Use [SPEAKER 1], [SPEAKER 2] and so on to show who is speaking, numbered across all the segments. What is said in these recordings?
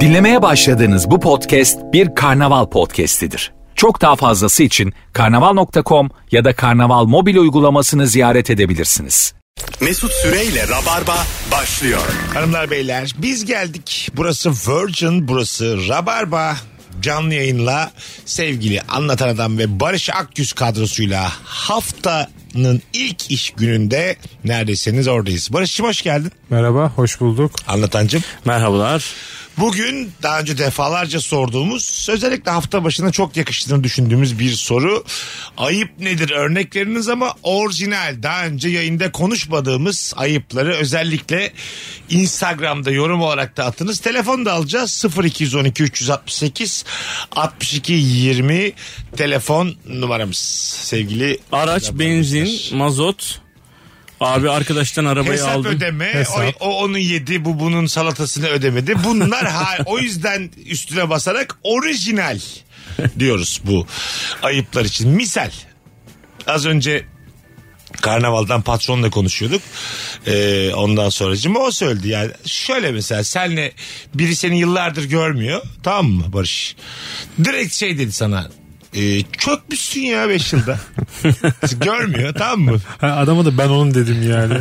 [SPEAKER 1] Dinlemeye başladığınız bu podcast bir karnaval podcastidir. Çok daha fazlası için karnaval.com ya da karnaval mobil uygulamasını ziyaret edebilirsiniz.
[SPEAKER 2] Mesut Süreyle Rabarba başlıyor.
[SPEAKER 3] Hanımlar beyler biz geldik. Burası Virgin, burası Rabarba. Canlı yayınla sevgili anlatan adam ve Barış Akgüz kadrosuyla haftanın ilk iş gününde neredesiniz oradayız. Barış'cığım hoş geldin.
[SPEAKER 4] Merhaba, hoş bulduk.
[SPEAKER 3] Anlatancım.
[SPEAKER 5] Merhabalar.
[SPEAKER 3] Bugün daha önce defalarca sorduğumuz özellikle hafta başına çok yakıştığını düşündüğümüz bir soru. Ayıp nedir örnek veriniz ama orijinal daha önce yayında konuşmadığımız ayıpları özellikle Instagram'da yorum olarak da atınız. Telefonu da alacağız 0212 368 62 20 telefon numaramız sevgili
[SPEAKER 5] Araç, benzin, mazot. Abi arkadaştan arabayı
[SPEAKER 3] Hesap
[SPEAKER 5] aldım.
[SPEAKER 3] ödeme,
[SPEAKER 4] Hesap.
[SPEAKER 3] O, o onun yedi, bu bunun salatasını ödemedi. Bunlar ha, o yüzden üstüne basarak orijinal diyoruz bu ayıplar için. Misal az önce Karnaval'dan patronla konuşuyorduk. Ee, ondan sonracığım o söyledi yani. Şöyle mesela senle biri seni yıllardır görmüyor. Tamam mı Barış? Direkt şey dedi sana. E, çökmüşsün ya 5 yılda. Görmüyor tamam mı?
[SPEAKER 4] Ha, adama da ben onun dedim yani.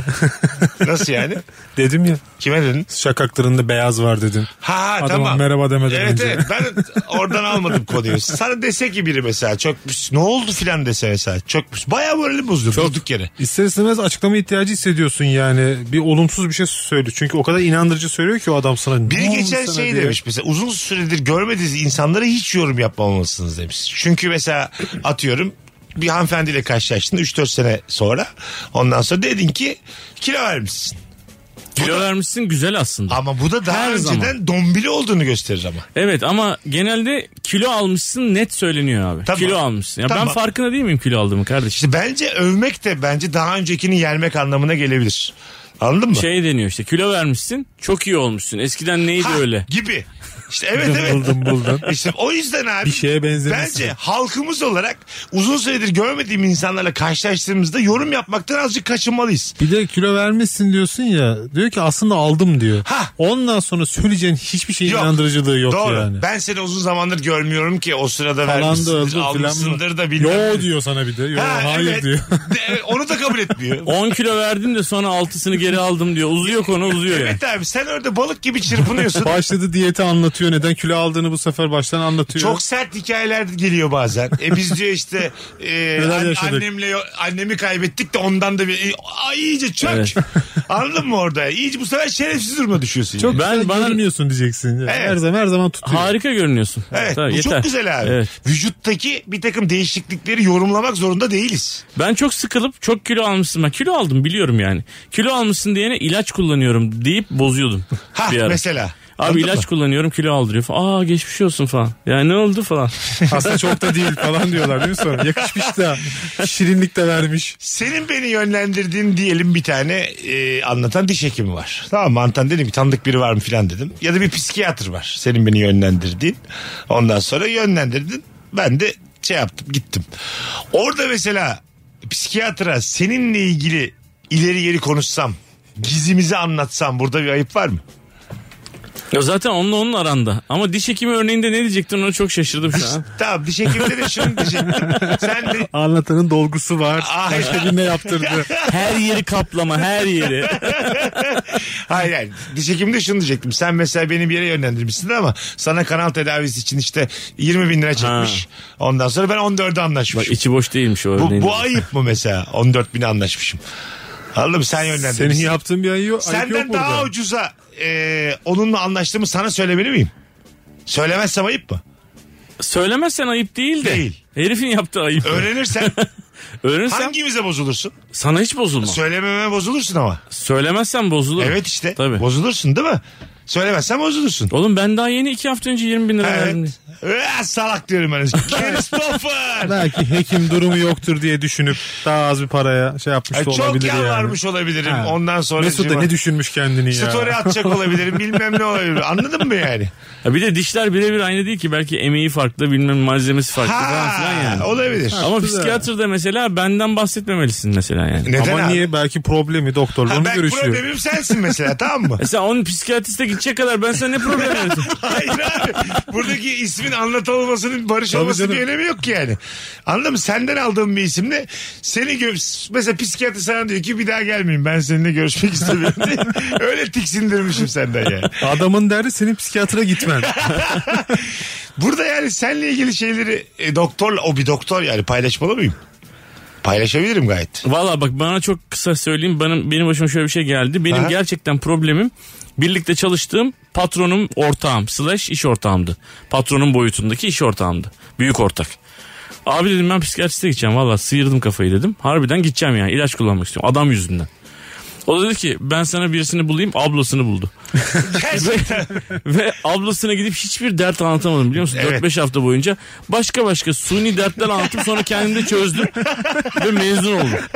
[SPEAKER 3] Nasıl yani?
[SPEAKER 4] dedim ya,
[SPEAKER 3] Kime dedin?
[SPEAKER 4] şakaklarında beyaz var dedim.
[SPEAKER 3] Ha
[SPEAKER 4] Adama
[SPEAKER 3] tamam.
[SPEAKER 4] merhaba demeden
[SPEAKER 3] evet,
[SPEAKER 4] önce.
[SPEAKER 3] Evet ben oradan almadım konuyu. Sana dese ki biri mesela çökmüş. Ne oldu filan dese mesela çökmüş. Baya moralim bozdu durduk yere.
[SPEAKER 4] İster istemez açıklama ihtiyacı hissediyorsun yani. Bir olumsuz bir şey söyle. Çünkü o kadar inandırıcı söylüyor ki o adam sana. "Ne
[SPEAKER 3] Biri
[SPEAKER 4] oldu
[SPEAKER 3] geçen
[SPEAKER 4] sana?"
[SPEAKER 3] şey
[SPEAKER 4] diye.
[SPEAKER 3] demiş mesela uzun süredir görmediğiniz insanlara hiç yorum yapmamalısınız demiş. Çünkü mesela atıyorum bir hanımefendiyle karşılaştın 3-4 sene sonra. Ondan sonra dedin ki kilo vermişsin.
[SPEAKER 5] Kilo vermişsin güzel aslında.
[SPEAKER 3] Ama bu da daha
[SPEAKER 5] Her
[SPEAKER 3] önceden
[SPEAKER 5] zaman.
[SPEAKER 3] dombili olduğunu gösterir ama.
[SPEAKER 5] Evet ama genelde kilo almışsın net söyleniyor abi.
[SPEAKER 3] Tamam.
[SPEAKER 5] Kilo almışsın. Ya
[SPEAKER 3] Tamam.
[SPEAKER 5] ben farkında değil miyim kilo aldığımı kardeşim?
[SPEAKER 3] İşte bence övmek de bence daha öncekini yenmek anlamına gelebilir. Anladın mı?
[SPEAKER 5] Şey deniyor işte kilo vermişsin çok iyi olmuşsun. Eskiden neydi
[SPEAKER 3] Ha,
[SPEAKER 5] öyle?
[SPEAKER 3] Gibi. İşte evet evet.
[SPEAKER 4] Buldum buldum.
[SPEAKER 3] İşte o yüzden abi.
[SPEAKER 4] Bir şeye benzemesin.
[SPEAKER 3] Bence halkımız olarak uzun süredir görmediğim insanlarla karşılaştığımızda yorum yapmaktan azıcık kaçınmalıyız.
[SPEAKER 4] Bir de kilo vermişsin diyorsun ya. Diyor ki aslında aldım diyor.
[SPEAKER 3] Ha.
[SPEAKER 4] Ondan sonra söyleyeceğin hiçbir şeyin
[SPEAKER 3] Yok.
[SPEAKER 4] inandırıcılığı yok
[SPEAKER 3] Doğru.
[SPEAKER 4] yani.
[SPEAKER 3] Ben seni uzun zamandır görmüyorum ki o sırada
[SPEAKER 4] Falan da öldü
[SPEAKER 3] vermişsindir,
[SPEAKER 4] filan
[SPEAKER 3] almışsındır
[SPEAKER 4] mı?
[SPEAKER 3] da bilmem.
[SPEAKER 4] Yo diyor sana bir de. Yo,
[SPEAKER 3] Ha,
[SPEAKER 4] hayır
[SPEAKER 3] evet.
[SPEAKER 4] diyor.
[SPEAKER 3] De- evet, onu da kabul etmiyor.
[SPEAKER 5] 10 kilo verdim de sonra altısını geri aldım diyor. Uzuyor konu uzuyor yani.
[SPEAKER 3] evet abi sen orada balık gibi çırpınıyorsun.
[SPEAKER 4] Başladı diyeti anlatıyor. Neden kilo aldığını bu sefer baştan anlatıyor.
[SPEAKER 3] Çok sert hikayeler geliyor bazen. E biz diyor işte e,
[SPEAKER 4] Neler
[SPEAKER 3] an-
[SPEAKER 4] yaşadık?
[SPEAKER 3] annemle annemi kaybettik de ondan da bir ay iyice çök.
[SPEAKER 5] Evet.
[SPEAKER 3] Anladın mı orada? İyice bu sefer şerefsiz duruma düşüyorsun. yani.
[SPEAKER 4] Çok
[SPEAKER 5] Ben-
[SPEAKER 4] ben
[SPEAKER 5] bana-
[SPEAKER 4] görünmüyorsun diyeceksin. Yani
[SPEAKER 3] Evet.
[SPEAKER 4] Her zaman her zaman tutuyor.
[SPEAKER 5] Harika görünüyorsun.
[SPEAKER 3] Evet
[SPEAKER 5] Tabii,
[SPEAKER 3] bu çok
[SPEAKER 5] yeter.
[SPEAKER 3] güzel abi.
[SPEAKER 5] Evet.
[SPEAKER 3] Vücuttaki bir takım değişiklikleri yorumlamak zorunda değiliz.
[SPEAKER 5] Ben çok sıkılıp çok kilo almışsın. Ben kilo aldım biliyorum yani. Kilo almışsın diyene ilaç kullanıyorum deyip bozuyordum.
[SPEAKER 3] Ha
[SPEAKER 5] bir ara.
[SPEAKER 3] mesela.
[SPEAKER 5] Abi
[SPEAKER 3] Anladın
[SPEAKER 5] ilaç
[SPEAKER 3] mı?
[SPEAKER 5] kullanıyorum kilo aldırıyor falan. Aa geçmiş olsun falan. Ya ne oldu falan.
[SPEAKER 4] Aslında çok da değil falan diyorlar değil mi sonra? Yakışmış da şirinlik de vermiş.
[SPEAKER 3] Senin beni yönlendirdiğin diyelim bir tane e, anlatan diş hekimi var. Tamam mı? Anlatan dedim ki tanıdık biri var mı filan dedim. Ya da bir psikiyatr var. Senin beni yönlendirdiğin. Ondan sonra yönlendirdin. Ben de şey yaptım gittim. Orada mesela psikiyatra seninle ilgili ileri geri konuşsam gizimizi anlatsam burada bir ayıp var mı?
[SPEAKER 5] Ya zaten onunla onun aranda. Ama diş hekimi örneğinde ne diyecektin ona çok şaşırdım şu an.
[SPEAKER 3] Tamam diş hekimine de şunu diyecektim. Sen de
[SPEAKER 4] Anlatanın dolgusu var.
[SPEAKER 3] Ay.
[SPEAKER 4] Başka birine yaptırdı.
[SPEAKER 5] Her yeri kaplama her yeri.
[SPEAKER 3] Hayır hayır. Diş hekimi de şunu diyecektim. Sen mesela beni bir yere yönlendirmişsin ama sana kanal tedavisi için işte 20 bin lira çekmiş. Ondan sonra ben 14'e
[SPEAKER 5] Bak
[SPEAKER 3] anlaşmışım.
[SPEAKER 5] içi boş değilmiş o
[SPEAKER 3] bu,
[SPEAKER 5] örneğin.
[SPEAKER 3] bu ayıp mı mesela? 14 bine anlaşmışım. Anladın mı? Sen
[SPEAKER 4] Senin
[SPEAKER 3] yönlendirmişsin.
[SPEAKER 4] yaptığın bir ayı yok. ayıp yok
[SPEAKER 3] Senden daha
[SPEAKER 4] burada.
[SPEAKER 3] ucuza e, onunla anlaştığımı sana söylemeli miyim? Söylemezsem ayıp mı?
[SPEAKER 5] Söylemezsen ayıp değil de.
[SPEAKER 3] Değil.
[SPEAKER 5] Herifin yaptığı ayıp.
[SPEAKER 3] Öğrenirsen
[SPEAKER 5] Öğrensem
[SPEAKER 3] hangimize bozulursun?
[SPEAKER 5] sana hiç bozulma.
[SPEAKER 3] Söylememe bozulursun ama.
[SPEAKER 5] Söylemezsen bozulur.
[SPEAKER 3] Evet işte.
[SPEAKER 5] Tabii.
[SPEAKER 3] Bozulursun değil mi? Söylemezsen bozulursun.
[SPEAKER 5] Oğlum ben daha yeni iki hafta önce 20 bin lira verdim.
[SPEAKER 3] Evet. Eh, salak diyorum ben. Christopher.
[SPEAKER 4] Belki hekim durumu yoktur diye düşünüp daha az bir paraya şey yapmış
[SPEAKER 3] Ay,
[SPEAKER 4] da
[SPEAKER 3] E, çok
[SPEAKER 4] olabilir yani.
[SPEAKER 3] yalvarmış olabilirim.
[SPEAKER 4] Ha.
[SPEAKER 3] Ondan sonra
[SPEAKER 4] Mesut da ne düşünmüş kendini ya.
[SPEAKER 3] Story atacak olabilirim. Bilmem ne olabilir. Anladın mı yani?
[SPEAKER 5] Ya bir de dişler birebir aynı değil ki. Belki emeği farklı bilmem malzemesi farklı falan filan
[SPEAKER 3] Ha,
[SPEAKER 5] yani.
[SPEAKER 3] olabilir.
[SPEAKER 5] Ama
[SPEAKER 4] Haklı da.
[SPEAKER 5] psikiyatrda mesela benden bahsetmemelisin mesela yani.
[SPEAKER 3] Neden
[SPEAKER 4] Ama
[SPEAKER 3] abi?
[SPEAKER 4] niye belki problemi doktor
[SPEAKER 3] Ha,
[SPEAKER 4] bunu
[SPEAKER 3] ben
[SPEAKER 4] görüşüyor.
[SPEAKER 3] problemim sensin mesela tamam mı?
[SPEAKER 5] Mesela onun psikiyatriste bitecek kadar ben sana ne problem yaratırım?
[SPEAKER 3] Hayır abi. Buradaki ismin anlatılmasının barış
[SPEAKER 4] Tabii
[SPEAKER 3] olmasının bir
[SPEAKER 4] canım.
[SPEAKER 3] önemi yok ki yani. Anladın mı? Senden aldığım bir isimle seni gö- mesela psikiyatri sana diyor ki bir daha gelmeyeyim ben seninle görüşmek istemiyorum diye. Öyle tiksindirmişim senden yani.
[SPEAKER 4] Adamın derdi senin psikiyatra gitmen.
[SPEAKER 3] Burada yani seninle ilgili şeyleri e, doktorla o bir doktor yani paylaşmalı mıyım? Paylaşabilirim gayet.
[SPEAKER 5] Valla bak bana çok kısa söyleyeyim. Benim, benim başıma şöyle bir şey geldi. Benim
[SPEAKER 3] Aha.
[SPEAKER 5] gerçekten problemim birlikte çalıştığım patronum ortağım slash iş ortağımdı. Patronun boyutundaki iş ortağımdı. Büyük ortak. Abi dedim ben psikiyatriste gideceğim valla sıyırdım kafayı dedim. Harbiden gideceğim yani ilaç kullanmak istiyorum adam yüzünden. O da dedi ki ben sana birisini bulayım ablasını buldu.
[SPEAKER 3] Gerçekten.
[SPEAKER 5] Ve ablasına gidip hiçbir dert anlatamadım biliyor musun?
[SPEAKER 3] Evet.
[SPEAKER 5] 4-5 hafta boyunca başka başka suni dertler anlattım sonra kendimde çözdüm ve mezun oldum.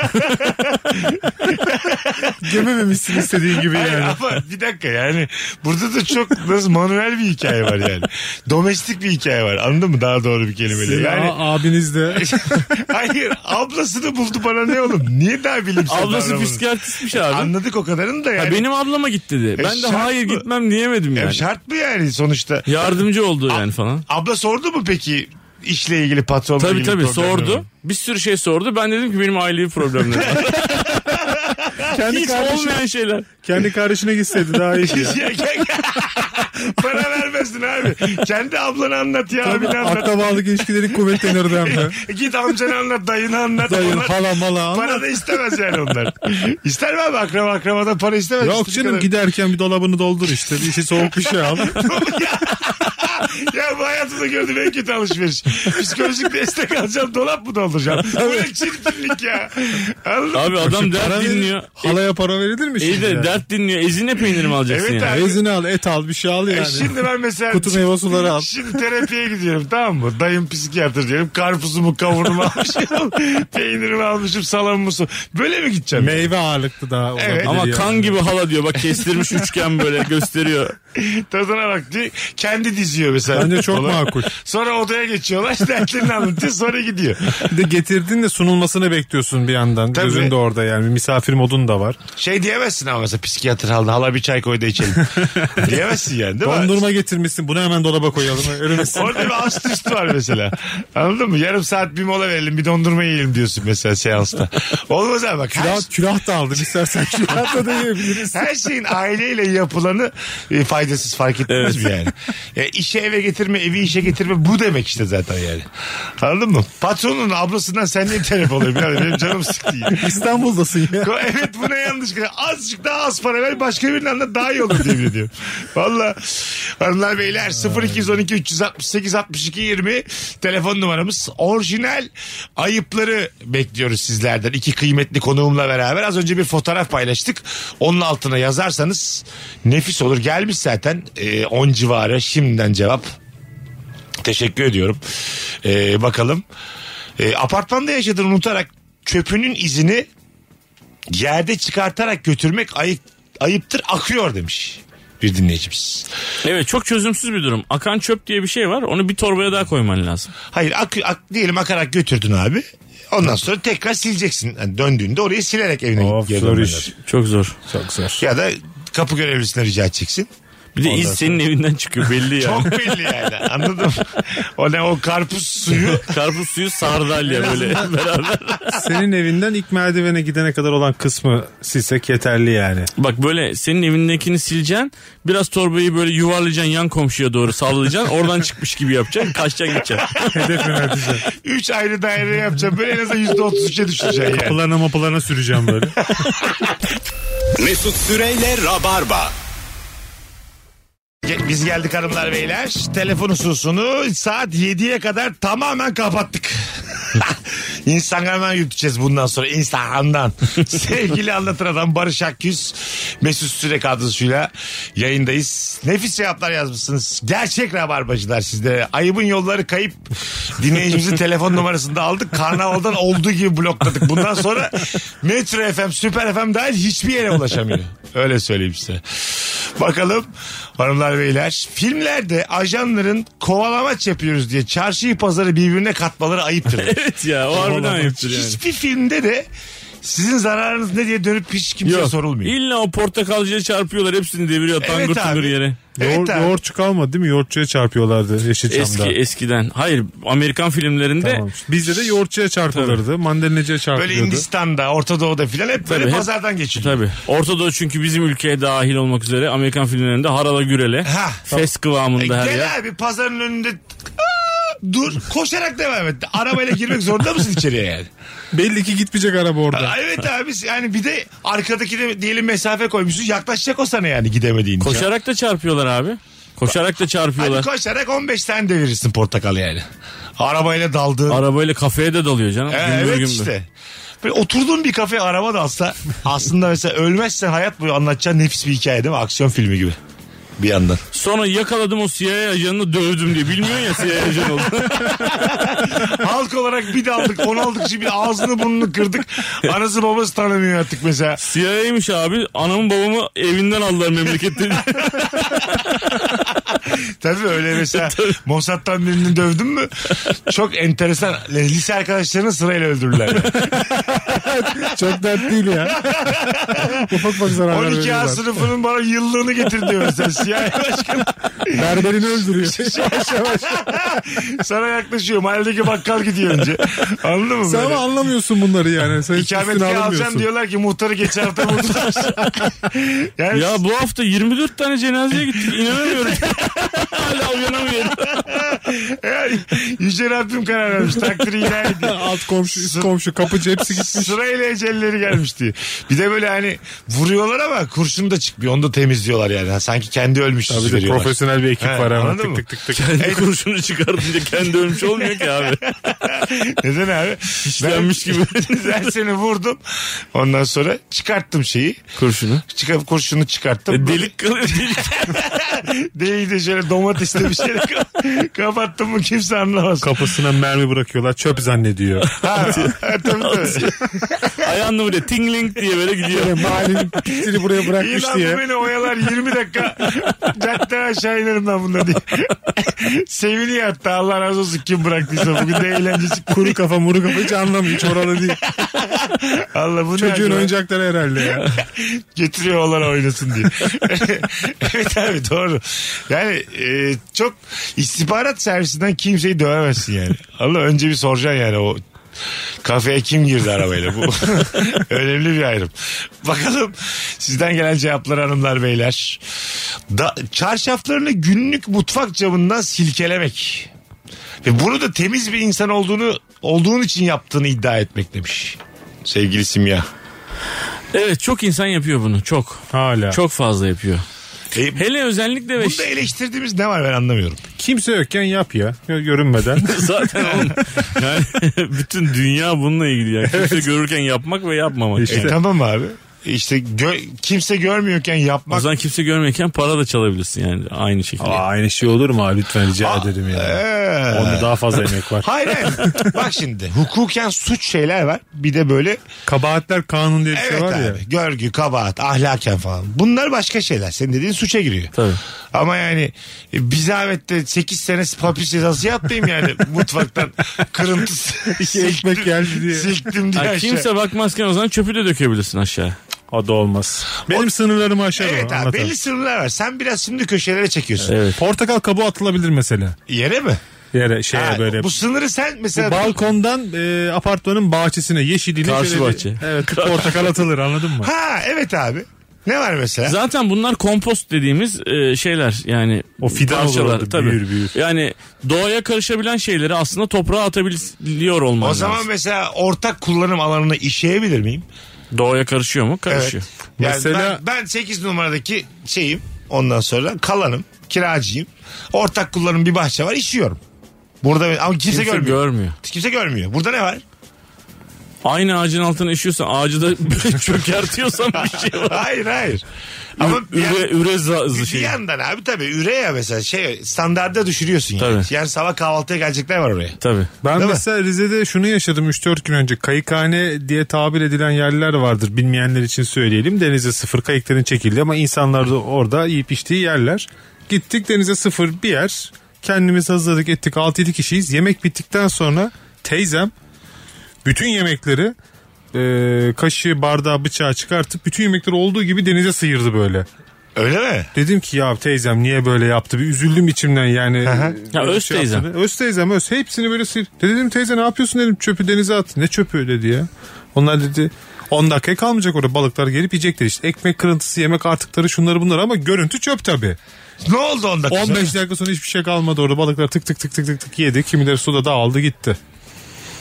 [SPEAKER 4] Gömememişsin istediğin gibi
[SPEAKER 3] Hayır
[SPEAKER 4] yani.
[SPEAKER 3] ama bir dakika yani burada da çok nasıl manuel bir hikaye var yani. Domestik bir hikaye var anladın mı daha doğru bir kelimeyle. Yani
[SPEAKER 4] Ya abiniz de.
[SPEAKER 3] Hayır ablasını buldu bana ne oğlum? Niye daha bilimsel
[SPEAKER 5] Ablası
[SPEAKER 3] davranmadın?
[SPEAKER 5] psikiyatristmiş abi.
[SPEAKER 3] Anladık o kadarını da yani.
[SPEAKER 5] Ha, benim ablama git dedi. Ben de
[SPEAKER 3] şart
[SPEAKER 5] hayır
[SPEAKER 3] mı?
[SPEAKER 5] gitmem diyemedim
[SPEAKER 3] Ya
[SPEAKER 5] yani.
[SPEAKER 3] Şart mı yani sonuçta?
[SPEAKER 5] Yardımcı oldu yani falan.
[SPEAKER 3] Abla sordu mu peki işle ilgili patronla
[SPEAKER 5] Tabii
[SPEAKER 3] ilgili
[SPEAKER 5] tabii
[SPEAKER 3] problemleri?
[SPEAKER 5] sordu. Bir sürü şey sordu. Ben dedim ki benim ailevi problemlerim var.
[SPEAKER 4] kendi,
[SPEAKER 5] Hiç
[SPEAKER 4] kardeşine,
[SPEAKER 5] olmayan şeyler.
[SPEAKER 4] kendi kardeşine gitseydi daha iyi. ya.
[SPEAKER 3] Ya gel- şey Para vermesin abi. Kendi ablanı anlat ya abini anlat.
[SPEAKER 4] Akrabalık ilişkileri kuvvetlenirdi hem de.
[SPEAKER 3] Git amcanı anlat, dayını anlat.
[SPEAKER 4] Dayın,
[SPEAKER 3] Onlar-
[SPEAKER 4] hala mala
[SPEAKER 3] Para
[SPEAKER 4] ama.
[SPEAKER 3] da istemez yani onlar. İster mi abi akraba akrabadan para istemez.
[SPEAKER 4] Yok
[SPEAKER 3] İstediği
[SPEAKER 4] canım
[SPEAKER 3] kadar-
[SPEAKER 4] giderken bir dolabını doldur işte. Bir şey soğuk bir şey al.
[SPEAKER 3] ya bu hayatımda gördüğüm en kötü alışveriş. Psikolojik destek alacağım dolap mı dolduracağım? bu ne çirkinlik ya. Anladın mı?
[SPEAKER 5] Abi adam
[SPEAKER 4] Para
[SPEAKER 5] dert
[SPEAKER 4] verir-
[SPEAKER 5] dinliyor.
[SPEAKER 4] Halaya para verilir mi
[SPEAKER 5] İyi
[SPEAKER 4] şimdi?
[SPEAKER 5] de
[SPEAKER 4] yani?
[SPEAKER 5] dert dinliyor. Ezine peyniri mi alacaksın
[SPEAKER 3] Evet
[SPEAKER 5] yani?
[SPEAKER 3] abi.
[SPEAKER 4] Rezini al, et al, bir şey al yani.
[SPEAKER 3] E şimdi ben mesela
[SPEAKER 4] Kutu meyve suları al.
[SPEAKER 3] Şimdi terapiye gidiyorum tamam mı? Dayım psikiyatr diyorum. Karpuzumu kavurumu almışım. Peynirimi almışım salamımı su. Böyle mi gideceğim?
[SPEAKER 4] Meyve ağırlıklı daha olabilir
[SPEAKER 3] Evet.
[SPEAKER 5] Ama
[SPEAKER 4] yani.
[SPEAKER 5] kan gibi hala diyor. Bak kestirmiş üçgen böyle gösteriyor.
[SPEAKER 3] Tadına bak diye. Kendi diziyor mesela.
[SPEAKER 4] Bence çok makul.
[SPEAKER 3] Sonra odaya geçiyorlar. Dertlerini anlatıyor. Sonra gidiyor.
[SPEAKER 4] Bir de getirdin de sunulmasını bekliyorsun bir yandan.
[SPEAKER 3] Tabii.
[SPEAKER 4] Gözün de orada yani. Bir misafir modun da var.
[SPEAKER 3] Şey diyemezsin ama mesela psikiyatr halde hala bir çay koy da içelim. diyemezsin yani değil mi?
[SPEAKER 4] Dondurma getirmişsin. Bunu hemen dolaba koyalım. Ölmesin.
[SPEAKER 3] Orada bir ast üst var mesela. Anladın mı? Yarım saat bir mola verelim bir dondurma yiyelim diyorsun mesela seansta. Olmaz abi bak. Her,
[SPEAKER 4] Daha külah da aldım. İstersen külah da da yiyebiliriz.
[SPEAKER 3] her şeyin aileyle yapılanı e, faydasız fark ettiniz mi yani? E, işe eve getirme, evi işe getirme bu demek işte zaten yani. Anladın mı? Patronun ablasından sen niye telef oluyor? birader? benim canım sıktı ya.
[SPEAKER 4] İstanbul'dasın ya.
[SPEAKER 3] Ko- Evet bu ne yanlış. Azıcık daha az para ver başka birinin anla daha iyi olur diye biliyorum. Valla hanımlar beyler 0212 368 62 20 telefon numaramız. Orijinal ayıpları bekliyoruz sizlerden. İki kıymetli konuğumla beraber az önce bir fotoğraf paylaştık. Onun altına yazarsanız nefis olur. Gelmiş zaten e, 10 civarı şimdiden cevap. Teşekkür ediyorum. E, bakalım. E, apartmanda yaşadığını unutarak çöpünün izini yerde çıkartarak götürmek ayıp, ayıptır akıyor demiş bir dinleyicimiz.
[SPEAKER 5] Evet çok çözümsüz bir durum. Akan çöp diye bir şey var. Onu bir torbaya daha koyman lazım.
[SPEAKER 3] Hayır ak, ak- diyelim akarak götürdün abi. Ondan sonra tekrar sileceksin. Yani döndüğünde orayı silerek evine
[SPEAKER 4] Of
[SPEAKER 3] geri
[SPEAKER 4] zor
[SPEAKER 3] dönmen
[SPEAKER 4] iş.
[SPEAKER 3] lazım.
[SPEAKER 5] Çok zor.
[SPEAKER 4] Çok zor.
[SPEAKER 3] Ya da kapı görevlisine rica edeceksin.
[SPEAKER 5] Bir de iz senin evinden çıkıyor belli yani.
[SPEAKER 3] Çok belli yani anladım. O ne o karpuz suyu.
[SPEAKER 5] Karpuz suyu sardalya böyle.
[SPEAKER 4] Senin evinden ilk merdivene gidene kadar olan kısmı silsek yeterli yani.
[SPEAKER 5] Bak böyle senin evindekini sileceksin. Biraz torbayı böyle yuvarlayacaksın yan komşuya doğru sallayacaksın. Oradan çıkmış gibi yapacaksın. Kaçacaksın gideceksin.
[SPEAKER 4] Hedef yönelteceğim.
[SPEAKER 3] Üç ayrı daire yapacağım. Böyle en azından yüzde otuz üçe düşeceksin yani.
[SPEAKER 4] Kapılarına mapalarına süreceğim böyle.
[SPEAKER 2] Mesut Süreyle Rabarba.
[SPEAKER 3] Ge- Biz geldik hanımlar beyler. Telefon hususunu saat 7'ye kadar tamamen kapattık. Instagram'dan yürüteceğiz bundan sonra. Instagram'dan. Sevgili anlatır adam Barış Akgüz. Mesut Süre kadrosuyla yayındayız. Nefis cevaplar yazmışsınız. Gerçek rabarbacılar sizde. Ayıbın yolları kayıp. Dinleyicimizin telefon numarasını da aldık. Karnavaldan olduğu gibi blokladık. Bundan sonra Metro FM, Süper FM dahil hiçbir yere ulaşamıyor. Öyle söyleyeyim size. Bakalım hanımlar beyler. Filmlerde ajanların kovalamaç yapıyoruz diye çarşıyı pazarı birbirine katmaları ayıptır.
[SPEAKER 5] evet ya o harbiden ayıptır yani.
[SPEAKER 3] Hiçbir filmde de Sizin zararınız ne diye dönüp hiç kimseye
[SPEAKER 5] Yok.
[SPEAKER 3] şey sorulmuyor.
[SPEAKER 5] İlla o portakalcıya çarpıyorlar hepsini deviriyor tangır tungur
[SPEAKER 3] abi.
[SPEAKER 5] yere.
[SPEAKER 3] Evet
[SPEAKER 4] Yoğur,
[SPEAKER 3] abi.
[SPEAKER 4] yoğurtçu kalmadı değil mi? Yoğurtçuya çarpıyorlardı
[SPEAKER 5] Eski
[SPEAKER 4] Yeşilçam'da.
[SPEAKER 5] eskiden. Hayır Amerikan filmlerinde
[SPEAKER 4] Tamam. Bizde de yoğurtçuya çarpılırdı. Mandalineciye
[SPEAKER 3] Böyle
[SPEAKER 4] çarpılırdı.
[SPEAKER 3] Hindistan'da, Orta Doğu'da filan hep böyle
[SPEAKER 5] Tabii, hep-
[SPEAKER 3] pazardan geçiliyor.
[SPEAKER 5] Tabii. Orta Doğu çünkü bizim ülkeye dahil olmak üzere Amerikan filmlerinde harala gürele.
[SPEAKER 3] Ha.
[SPEAKER 5] fes kıvamında
[SPEAKER 3] E,
[SPEAKER 5] her
[SPEAKER 3] gel
[SPEAKER 5] yer.
[SPEAKER 3] abi pazarın önünde Aa, dur koşarak devam et. Arabayla girmek zorunda mısın içeriye yani?
[SPEAKER 4] Belli ki gitmeyecek araba orada.
[SPEAKER 3] Aa, evet abi yani bir de arkadaki de diyelim mesafe koymuşsun yaklaşacak o sana yani gidemediğin için.
[SPEAKER 5] Koşarak da çarpıyorlar abi. Koşarak da
[SPEAKER 3] Hadi
[SPEAKER 5] çarpıyorlar.
[SPEAKER 3] koşarak 15 tane devirirsin portakalı yani. Arabayla daldığın.
[SPEAKER 5] Arabayla kafeye de dalıyor canım.
[SPEAKER 3] E,
[SPEAKER 5] Gümbür
[SPEAKER 3] evet
[SPEAKER 5] gümbür.
[SPEAKER 3] işte. Böyle oturduğun bir kafeye araba dalsa aslında mesela ölmezsen hayat boyu anlatacağın nefis bir hikaye değil mi? Aksiyon filmi gibi. Bir yandan.
[SPEAKER 5] Sonra yakaladım o CIA ajanını dövdüm diye. Bilmiyorsun ya CIA ajan oldu.
[SPEAKER 3] Halk olarak bir daldık, on aldık şimdi ağzını burnunu kırdık. Anası babası tanımıyor artık mesela.
[SPEAKER 5] CIA'ymiş abi. Anamı babamı evinden aldılar memlekette.
[SPEAKER 3] Tabii öyle mesela Mossad'dan birini dövdün mü çok enteresan. Lise arkadaşlarını sırayla öldürürler.
[SPEAKER 4] Çok dert değil ya. ufak ufak zararlar
[SPEAKER 3] 12 A
[SPEAKER 4] veriyorlar.
[SPEAKER 3] sınıfının bana yıllığını getir diyor mesela. Siyah başkan
[SPEAKER 4] Berberini öldürüyor. yavaş yavaş.
[SPEAKER 3] sana yaklaşıyor. Mahalledeki bakkal gidiyor önce. Anladın mı?
[SPEAKER 4] Sen
[SPEAKER 3] böyle?
[SPEAKER 4] ama anlamıyorsun bunları yani. Sen hiç üstüne
[SPEAKER 3] İkametgah alacağım
[SPEAKER 4] alınmıyorsun.
[SPEAKER 3] diyorlar ki muhtarı geçen hafta muhtar. yani
[SPEAKER 5] ya bu hafta 24 tane cenazeye gittik. İnanamıyorum. Hala uyanamıyorum.
[SPEAKER 3] yani Yüce Rabbim karar vermiş. Takdiri ilahi diye.
[SPEAKER 4] Alt komşu, üst komşu, kapıcı hepsi gitmiş.
[SPEAKER 3] Sırayla ecelleri gelmiş diye. Bir de böyle hani vuruyorlar ama kurşun da çıkmıyor. Onu da temizliyorlar yani. Ha, Sanki kendi ölmüş
[SPEAKER 4] Tabii
[SPEAKER 3] yüzü
[SPEAKER 4] de
[SPEAKER 3] veriyorlar.
[SPEAKER 4] profesyonel bir ekip
[SPEAKER 3] He,
[SPEAKER 4] var ama
[SPEAKER 3] anladın
[SPEAKER 4] tık
[SPEAKER 3] mı?
[SPEAKER 4] tık tık tık.
[SPEAKER 5] Kendi kurşunu çıkartınca kendi ölmüş olmuyor ki abi.
[SPEAKER 3] Neden abi?
[SPEAKER 5] İşlenmiş gibi.
[SPEAKER 3] ben seni vurdum. Ondan sonra çıkarttım şeyi.
[SPEAKER 5] Kurşunu.
[SPEAKER 3] Çıkar, kurşunu çıkarttım.
[SPEAKER 5] E, delik kalıyor delik.
[SPEAKER 3] Değil de şöyle domatesli bir şey kapattım mı kimse anlamaz.
[SPEAKER 4] Kafasına mermi bırakıyorlar çöp zannediyor.
[SPEAKER 3] Ha, ha, tabii tabii.
[SPEAKER 5] Ayağını böyle tingling diye böyle gidiyor.
[SPEAKER 4] Böyle mahallenin pitini buraya
[SPEAKER 3] İyi
[SPEAKER 4] bırakmış
[SPEAKER 3] lan bu
[SPEAKER 4] diye.
[SPEAKER 3] beni oyalar 20 dakika cadde aşağı inerim ben bunda diye. Seviniyor hatta Allah razı olsun kim bıraktıysa bugün de eğlencesi.
[SPEAKER 4] Kuru kafa muru kafa hiç anlamıyor. Hiç oralı değil.
[SPEAKER 3] Allah bunu
[SPEAKER 4] Çocuğun oyuncakları herhalde ya.
[SPEAKER 3] getiriyor olan oynasın diye. evet abi doğru. Yani e, çok istihbarat servisinden kimseyi dövemezsin yani. Allah önce bir soracaksın yani o kafeye kim girdi arabayla bu. Önemli bir ayrım. Bakalım sizden gelen cevaplar hanımlar beyler. Da, çarşaflarını günlük mutfak camından silkelemek. Ve bunu da temiz bir insan olduğunu olduğun için yaptığını iddia etmek demiş. Sevgili Simya.
[SPEAKER 5] Evet çok insan yapıyor bunu çok.
[SPEAKER 4] Hala.
[SPEAKER 5] Çok fazla yapıyor.
[SPEAKER 3] E,
[SPEAKER 5] Hele özellikle ve
[SPEAKER 3] Bunda eleştirdiğimiz ne var ben anlamıyorum.
[SPEAKER 4] Kimse yokken yap ya. Gö- Görünmeden.
[SPEAKER 5] zaten oğlum, yani bütün dünya bununla ilgili yani. Kimse görürken yapmak ve yapmamak.
[SPEAKER 4] İşte.
[SPEAKER 5] yani.
[SPEAKER 3] E, tamam abi. İşte gö- kimse görmüyorken
[SPEAKER 5] O
[SPEAKER 3] yapmak.
[SPEAKER 5] zaman kimse görmeyken para da çalabilirsin yani aynı şekilde.
[SPEAKER 4] Aa, aynı şey olur mu abi? Lütfen rica ederim ya.
[SPEAKER 3] Ee.
[SPEAKER 4] Onda daha fazla emek var.
[SPEAKER 3] Hayır hayır. Bak şimdi hukuken suç şeyler var. Bir de böyle
[SPEAKER 4] Kabahatler kanun diye bir şey
[SPEAKER 3] evet
[SPEAKER 4] var
[SPEAKER 3] abi,
[SPEAKER 4] ya.
[SPEAKER 3] görgü, kabahat, ahlaken falan. Bunlar başka şeyler. Senin dediğin suça giriyor.
[SPEAKER 5] Tabii.
[SPEAKER 3] Ama yani e, bir zahmette 8 sene hapis cezası yatmayayım yani mutfaktan kırıntısı.
[SPEAKER 4] ekmek geldi diye.
[SPEAKER 3] Silktim diye
[SPEAKER 5] Ha,
[SPEAKER 3] aşağı.
[SPEAKER 5] kimse bakmazken o zaman çöpü de dökebilirsin aşağı.
[SPEAKER 4] O da olmaz. Benim sınırlarımı aşar
[SPEAKER 3] Evet
[SPEAKER 4] o.
[SPEAKER 3] abi
[SPEAKER 4] anlatan.
[SPEAKER 3] belli sınırlar var. Sen biraz şimdi köşelere çekiyorsun.
[SPEAKER 5] Evet.
[SPEAKER 4] Portakal kabuğu atılabilir mesela.
[SPEAKER 3] Yere mi?
[SPEAKER 4] Yere şeye
[SPEAKER 3] Ha,
[SPEAKER 4] böyle.
[SPEAKER 3] Bu sınırı sen mesela
[SPEAKER 4] Balkondan e, apartmanın bahçesine yeşiline
[SPEAKER 5] Karşı
[SPEAKER 4] şöyle bir-
[SPEAKER 5] bahçe.
[SPEAKER 4] Evet portakal atılır anladın mı?
[SPEAKER 3] Ha evet abi. Ne var mesela?
[SPEAKER 5] Zaten bunlar kompost dediğimiz e, şeyler yani
[SPEAKER 4] O fidan olur
[SPEAKER 5] parçalar
[SPEAKER 4] orada, büyür büyür.
[SPEAKER 5] Yani doğaya karışabilen şeyleri aslında toprağa atabiliyor olman
[SPEAKER 3] o zaman
[SPEAKER 5] lazım.
[SPEAKER 3] mesela ortak kullanım alanını işleyebilir miyim?
[SPEAKER 5] Doğaya karışıyor mu? Karışıyor.
[SPEAKER 3] Yani
[SPEAKER 4] Mesela-
[SPEAKER 3] ben, ben 8 numaradaki şeyim ondan sonra kalanım, kiracıyım. Ortak kullanım bir bahçe var işiyorum. Burada ama kimse,
[SPEAKER 5] Kimse
[SPEAKER 3] görmüyor.
[SPEAKER 5] görmüyor.
[SPEAKER 3] kimse görmüyor. Burada ne var?
[SPEAKER 5] Aynı ağacın altına işiyorsan ağacı da çökertiyorsan bir şey var.
[SPEAKER 3] hayır hayır. Ama
[SPEAKER 5] Üre,
[SPEAKER 3] bir, yan-
[SPEAKER 5] üre za- zı-
[SPEAKER 3] bir
[SPEAKER 5] şey.
[SPEAKER 3] yandan abi tabii üre ya mesela şey standarda düşürüyorsun yani.
[SPEAKER 5] Tabii.
[SPEAKER 3] Yani sabah kahvaltıya gelecekler var oraya.
[SPEAKER 5] Tabii.
[SPEAKER 4] Ben
[SPEAKER 3] Değil mi?
[SPEAKER 4] mesela Rize'de şunu yaşadım 3-4 gün önce. Kayıkhane diye tabir edilen yerler vardır. Bilmeyenler için söyleyelim. Denize sıfır kayıkların çekildi ama insanlar da orada yiyip içtiği yerler. Gittik denize sıfır bir yer. Kendimiz hazırladık ettik 6-7 kişiyiz. Yemek bittikten sonra teyzem bütün yemekleri e, kaşığı, bardağı, bıçağı çıkartıp bütün yemekleri olduğu gibi denize sıyırdı böyle.
[SPEAKER 3] Öyle mi?
[SPEAKER 4] Dedim ki ya teyzem niye böyle yaptı? Bir üzüldüm içimden yani.
[SPEAKER 5] Ya
[SPEAKER 4] Böyle bir şey
[SPEAKER 5] öz teyzem.
[SPEAKER 4] yaptı. Öz teyzem öz. Hepsini böyle sıyır. Dedim teyze ne yapıyorsun dedim çöpü denize at. Ne çöpü dedi ya. Onlar dedi 10 dakikaya kalmayacak orada balıklar gelip yiyecekler işte. Ekmek kırıntısı, yemek artıkları şunları bunlar ama görüntü çöp tabii.
[SPEAKER 3] Ne oldu onda?
[SPEAKER 4] 15 dakika sonra hiçbir şey kalmadı orada. Balıklar tık tık tık tık tık tık yedi. Kimileri suda dağıldı gitti.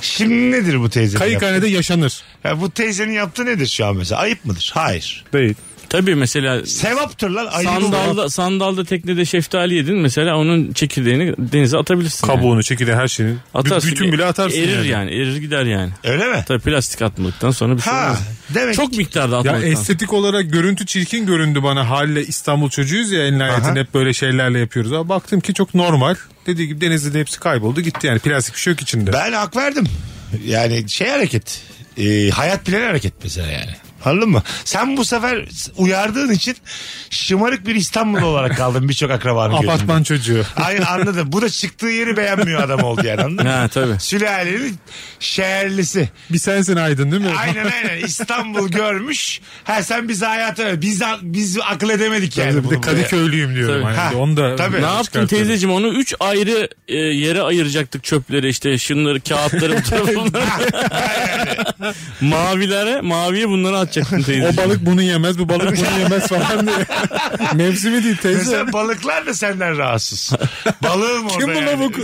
[SPEAKER 3] Şimdi nedir bu teyzenin yaptığı?
[SPEAKER 4] Kayıkhanede yaşanır.
[SPEAKER 3] Ya bu teyzenin yaptığı nedir şu an mesela? Ayıp mıdır? Hayır.
[SPEAKER 4] Değil.
[SPEAKER 5] Tabii mesela
[SPEAKER 3] Sevaptır lan. Ayıbı var.
[SPEAKER 5] sandalda, sandalda teknede şeftali yedin mesela onun çekirdeğini denize atabilirsin. yani.
[SPEAKER 4] Kabuğunu, çekirdeği her şeyini.
[SPEAKER 5] Atarsın. e-
[SPEAKER 4] Bütün bile atarsın.
[SPEAKER 5] Erir yani.
[SPEAKER 4] yani.
[SPEAKER 5] erir gider yani.
[SPEAKER 3] Öyle mi?
[SPEAKER 5] Tabii plastik atmadıktan sonra bir şey
[SPEAKER 3] Ha.
[SPEAKER 5] olmaz.
[SPEAKER 3] Demek
[SPEAKER 5] Çok miktarda
[SPEAKER 4] Ya
[SPEAKER 5] atmadıktan sonra.
[SPEAKER 4] estetik olarak görüntü çirkin göründü bana. Halle İstanbul çocuğuyuz ya en nihayetinde hep böyle şeylerle yapıyoruz. Ama baktım ki çok normal. Dediği gibi denizde de hepsi kayboldu gitti yani. Plastik bir şey yok içinde.
[SPEAKER 3] Ben hak verdim. Yani şey hareket. e, hayat bilen hareket mesela yani. Anladın mı? Sen bu sefer uyardığın için şımarık bir İstanbul olarak kaldın birçok akrabanın gözünde.
[SPEAKER 4] Apartman çocuğu.
[SPEAKER 3] Hayır anladım. Bu da çıktığı yeri beğenmiyor adam oldu yani anladın mı?
[SPEAKER 5] Ha, tabii.
[SPEAKER 3] Sülalenin şehirlisi.
[SPEAKER 4] Bir sensin Aydın değil mi?
[SPEAKER 3] Aynen aynen. İstanbul görmüş. Ha sen bizi hayata öyle. Biz, biz akıl edemedik yani.
[SPEAKER 4] Yani bir
[SPEAKER 3] bunu
[SPEAKER 4] de
[SPEAKER 3] buraya.
[SPEAKER 4] Kadıköylüyüm diyorum. Yani
[SPEAKER 5] Tabii.
[SPEAKER 3] Ha,
[SPEAKER 4] onu da
[SPEAKER 3] tabii.
[SPEAKER 5] Ne yaptın
[SPEAKER 4] çıkartıyorum.
[SPEAKER 5] teyzeciğim onu üç ayrı e, yere ayıracaktık çöpleri işte şunları kağıtları bu tarafa bunları. Mavilere maviye bunları atacaktın
[SPEAKER 4] O
[SPEAKER 5] teyzeciğim.
[SPEAKER 4] balık bunu yemez, bu balık bunu yemez falan diye. Mevsimi değil teyze.
[SPEAKER 3] Mesela balıklar da senden rahatsız. Balığım orada
[SPEAKER 4] Kim bu
[SPEAKER 3] yani.
[SPEAKER 4] lavuk?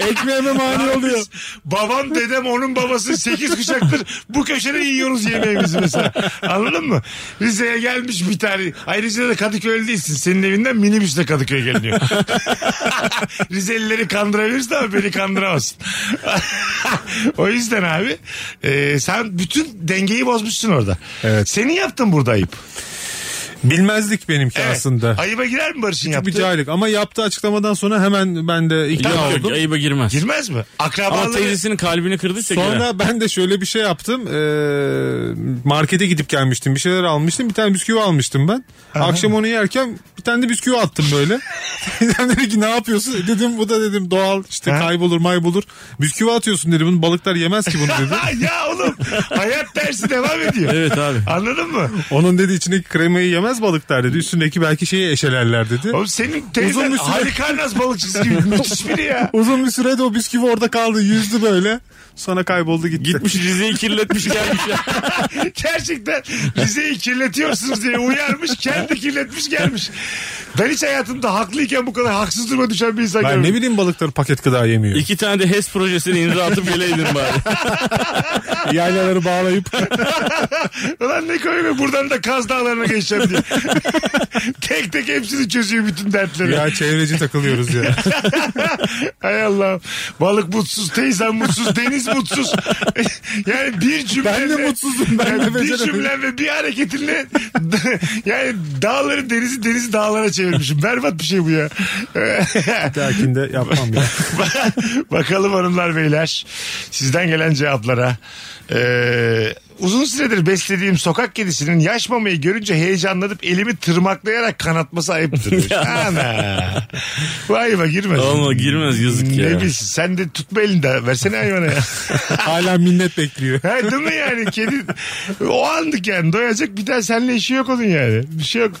[SPEAKER 4] Ekmeğime mani oluyor.
[SPEAKER 3] Babam dedem onun babası 8 kuşaktır. Bu köşede yiyoruz yemeğimizi mesela. Anladın mı? Rize'ye gelmiş bir tane. Ayrıca da Kadıköy'lü değilsin. Senin evinden minibüsle Kadıköy'e geliniyor. Rizelileri kandırabilirsin ama beni kandıramazsın. o yüzden abi e, sen bütün dengeyi bozmuşsun orada.
[SPEAKER 4] Evet.
[SPEAKER 3] Senin yaptın burada ayıp.
[SPEAKER 4] Bilmezlik benimki aslında.
[SPEAKER 3] Ayıba girer mi Barış'ın
[SPEAKER 4] Küçük bir
[SPEAKER 3] yaptığı?
[SPEAKER 4] cahillik ama yaptığı açıklamadan sonra hemen ben de ikna
[SPEAKER 5] Yok
[SPEAKER 4] oldum.
[SPEAKER 5] yok ayıba girmez.
[SPEAKER 3] Girmez mi?
[SPEAKER 5] Ama
[SPEAKER 3] Akrabaları...
[SPEAKER 5] teyzesinin kalbini kırdıysa girer.
[SPEAKER 4] Sonra ben de şöyle bir şey yaptım. Ee, markete gidip gelmiştim. Bir şeyler almıştım. Bir tane bisküvi almıştım ben. Akşam onu yerken bir tane de bisküvi attım böyle. Teyzem dedi ki ne yapıyorsun? E, Dedim bu da dedim doğal işte
[SPEAKER 3] Aha.
[SPEAKER 4] kaybolur maybolur. Bisküvi atıyorsun dedi. Bunu balıklar yemez ki bunu dedi.
[SPEAKER 3] ya oğlum hayat dersi devam ediyor.
[SPEAKER 5] Evet abi.
[SPEAKER 3] Anladın mı?
[SPEAKER 4] Onun dedi içindeki kremayı yemez balıklar dedi. Üstündeki belki şeyi eşelerler dedi.
[SPEAKER 3] Oğlum senin teyzen
[SPEAKER 4] Uzun bir süre-
[SPEAKER 3] Halikarnas balıkçısı gibi müthiş biri ya.
[SPEAKER 4] Uzun bir sürede o bisküvi orada kaldı. Yüzdü böyle. Sonra kayboldu gitti.
[SPEAKER 5] Gitmiş diziyi kirletmiş gelmiş ya.
[SPEAKER 3] Gerçekten Rize'yi kirletiyorsunuz diye uyarmış kendi kirletmiş gelmiş. Ben hiç hayatımda haklıyken bu kadar haksız duruma düşen bir insan
[SPEAKER 4] Ben ne
[SPEAKER 3] görmedim.
[SPEAKER 4] bileyim balıkları paket gıda yemiyor.
[SPEAKER 5] İki tane de E HES projesine imza atıp geleydin bari.
[SPEAKER 4] Yaylaları bağlayıp
[SPEAKER 3] Ulan ne koyuyor be, buradan da Kaz Dağları'na geçeceğim diye. tek tek hepsini çözüyor bütün dertleri.
[SPEAKER 4] ya çevreci takılıyoruz ya.
[SPEAKER 3] Hay Allah. Balık mutsuz, teyzem mutsuz, deniz mutsuz. yani bir cümle.
[SPEAKER 4] Ben de mutsuzum, ben de
[SPEAKER 3] bir
[SPEAKER 4] beceremiyorum.
[SPEAKER 3] cümle ve bir hareketinle yani dağları denizi denizi dağlara çevirmişim. Berbat bir şey bu ya.
[SPEAKER 4] Dahakinde yapmam ya.
[SPEAKER 3] Bakalım hanımlar beyler. Sizden gelen cevaplara. Ee, uzun süredir beslediğim sokak kedisinin yaş mamayı görünce heyecanlanıp elimi tırmaklayarak kanatması ayıptır. Ana. Vay be girmez.
[SPEAKER 5] Ama girmez, yazık ya.
[SPEAKER 3] Ne bilsin sen de tutma elinde versene hayvana ya.
[SPEAKER 4] Hala minnet bekliyor.
[SPEAKER 3] Ha, değil mi yani kedi o andık yani doyacak bir daha seninle işi yok onun yani bir şey yok.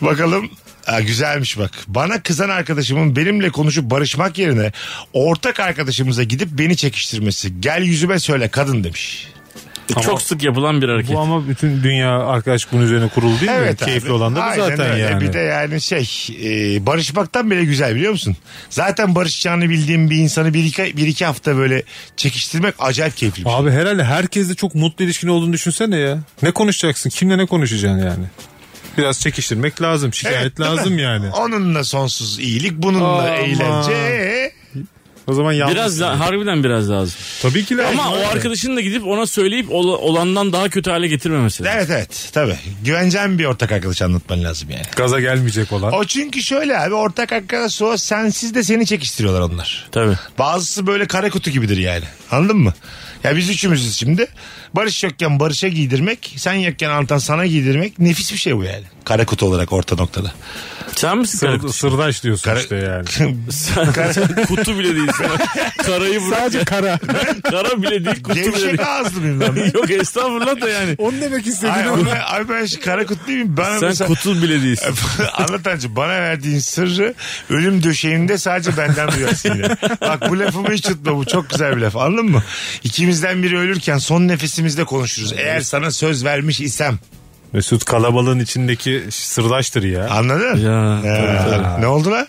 [SPEAKER 3] Bakalım Ha, güzelmiş bak. Bana kızan arkadaşımın benimle konuşup barışmak yerine ortak arkadaşımıza gidip beni çekiştirmesi. Gel yüzüme söyle kadın demiş.
[SPEAKER 5] Çok sık yapılan bir hareket.
[SPEAKER 4] Bu ama bütün dünya arkadaş bunun üzerine kuruldu değil mi?
[SPEAKER 3] abi.
[SPEAKER 4] Keyifli olan da bu
[SPEAKER 3] Aynen
[SPEAKER 4] zaten
[SPEAKER 3] öyle.
[SPEAKER 4] yani.
[SPEAKER 3] Bir de yani şey e, barışmaktan bile güzel biliyor musun? Zaten barışacağını bildiğim bir insanı bir iki, bir iki hafta böyle çekiştirmek acayip keyifli. bir şey.
[SPEAKER 4] Abi herhalde herkesle çok mutlu ilişkin olduğunu düşünsene ya. Ne konuşacaksın? Kimle ne konuşacaksın yani? Biraz çekiştirmek lazım. Şikayet
[SPEAKER 3] Evet, değil mi?
[SPEAKER 4] lazım yani.
[SPEAKER 3] Onunla sonsuz iyilik, bununla
[SPEAKER 4] Aman.
[SPEAKER 3] eğlence. Ee,
[SPEAKER 4] O zaman yalnız.
[SPEAKER 5] Biraz la- harbiden biraz lazım.
[SPEAKER 4] Tabii ki lazım.
[SPEAKER 5] Ama o
[SPEAKER 4] abi.
[SPEAKER 5] arkadaşın da gidip ona söyleyip ol- olandan daha kötü hale getirmemesi. lazım.
[SPEAKER 3] Evet evet tabii. Güveneceğin bir ortak arkadaş anlatman lazım yani.
[SPEAKER 4] Gaza gelmeyecek olan.
[SPEAKER 3] O çünkü şöyle abi ortak arkadaş o sensiz de seni çekiştiriyorlar onlar.
[SPEAKER 5] Tabii.
[SPEAKER 3] Bazısı böyle kara kutu gibidir yani. Anladın mı? Ya biz üçümüzüz şimdi. Barış yokken Barış'a giydirmek, sen yokken Antan sana giydirmek nefis bir şey bu yani. Kara kutu olarak orta noktada.
[SPEAKER 5] Sen misin
[SPEAKER 4] Sır-
[SPEAKER 5] kara-
[SPEAKER 4] sırdaş diyorsun
[SPEAKER 3] Kara-
[SPEAKER 4] işte yani.
[SPEAKER 5] Sen kutu bile değilsin. Karayı bırak.
[SPEAKER 4] Sadece kara.
[SPEAKER 5] Kara bile değil kutu bile değil.
[SPEAKER 3] Gevşek ağızlı mıyım ben?
[SPEAKER 5] Yok estağfurullah da yani.
[SPEAKER 4] Onu demek
[SPEAKER 3] Ay,
[SPEAKER 4] istediğini
[SPEAKER 3] abi, abi ben şu kara kutlu muyum? Bana
[SPEAKER 5] Sen
[SPEAKER 3] mesela...
[SPEAKER 5] kutu bile değilsin.
[SPEAKER 3] Anlatancı bana verdiğin sırrı ölüm döşeğinde sadece benden duyarsın yine. Bak bu lafımı hiç tutma bu çok güzel bir laf anladın mı? İkimizden biri ölürken son nefesimizde konuşuruz. Eğer sana söz vermiş isem
[SPEAKER 4] Mesut kalabalığın içindeki sırdaştır ya.
[SPEAKER 3] anladın?
[SPEAKER 5] Ya,
[SPEAKER 3] Ee,
[SPEAKER 5] tabii, tabii.
[SPEAKER 3] Ne oldu lan?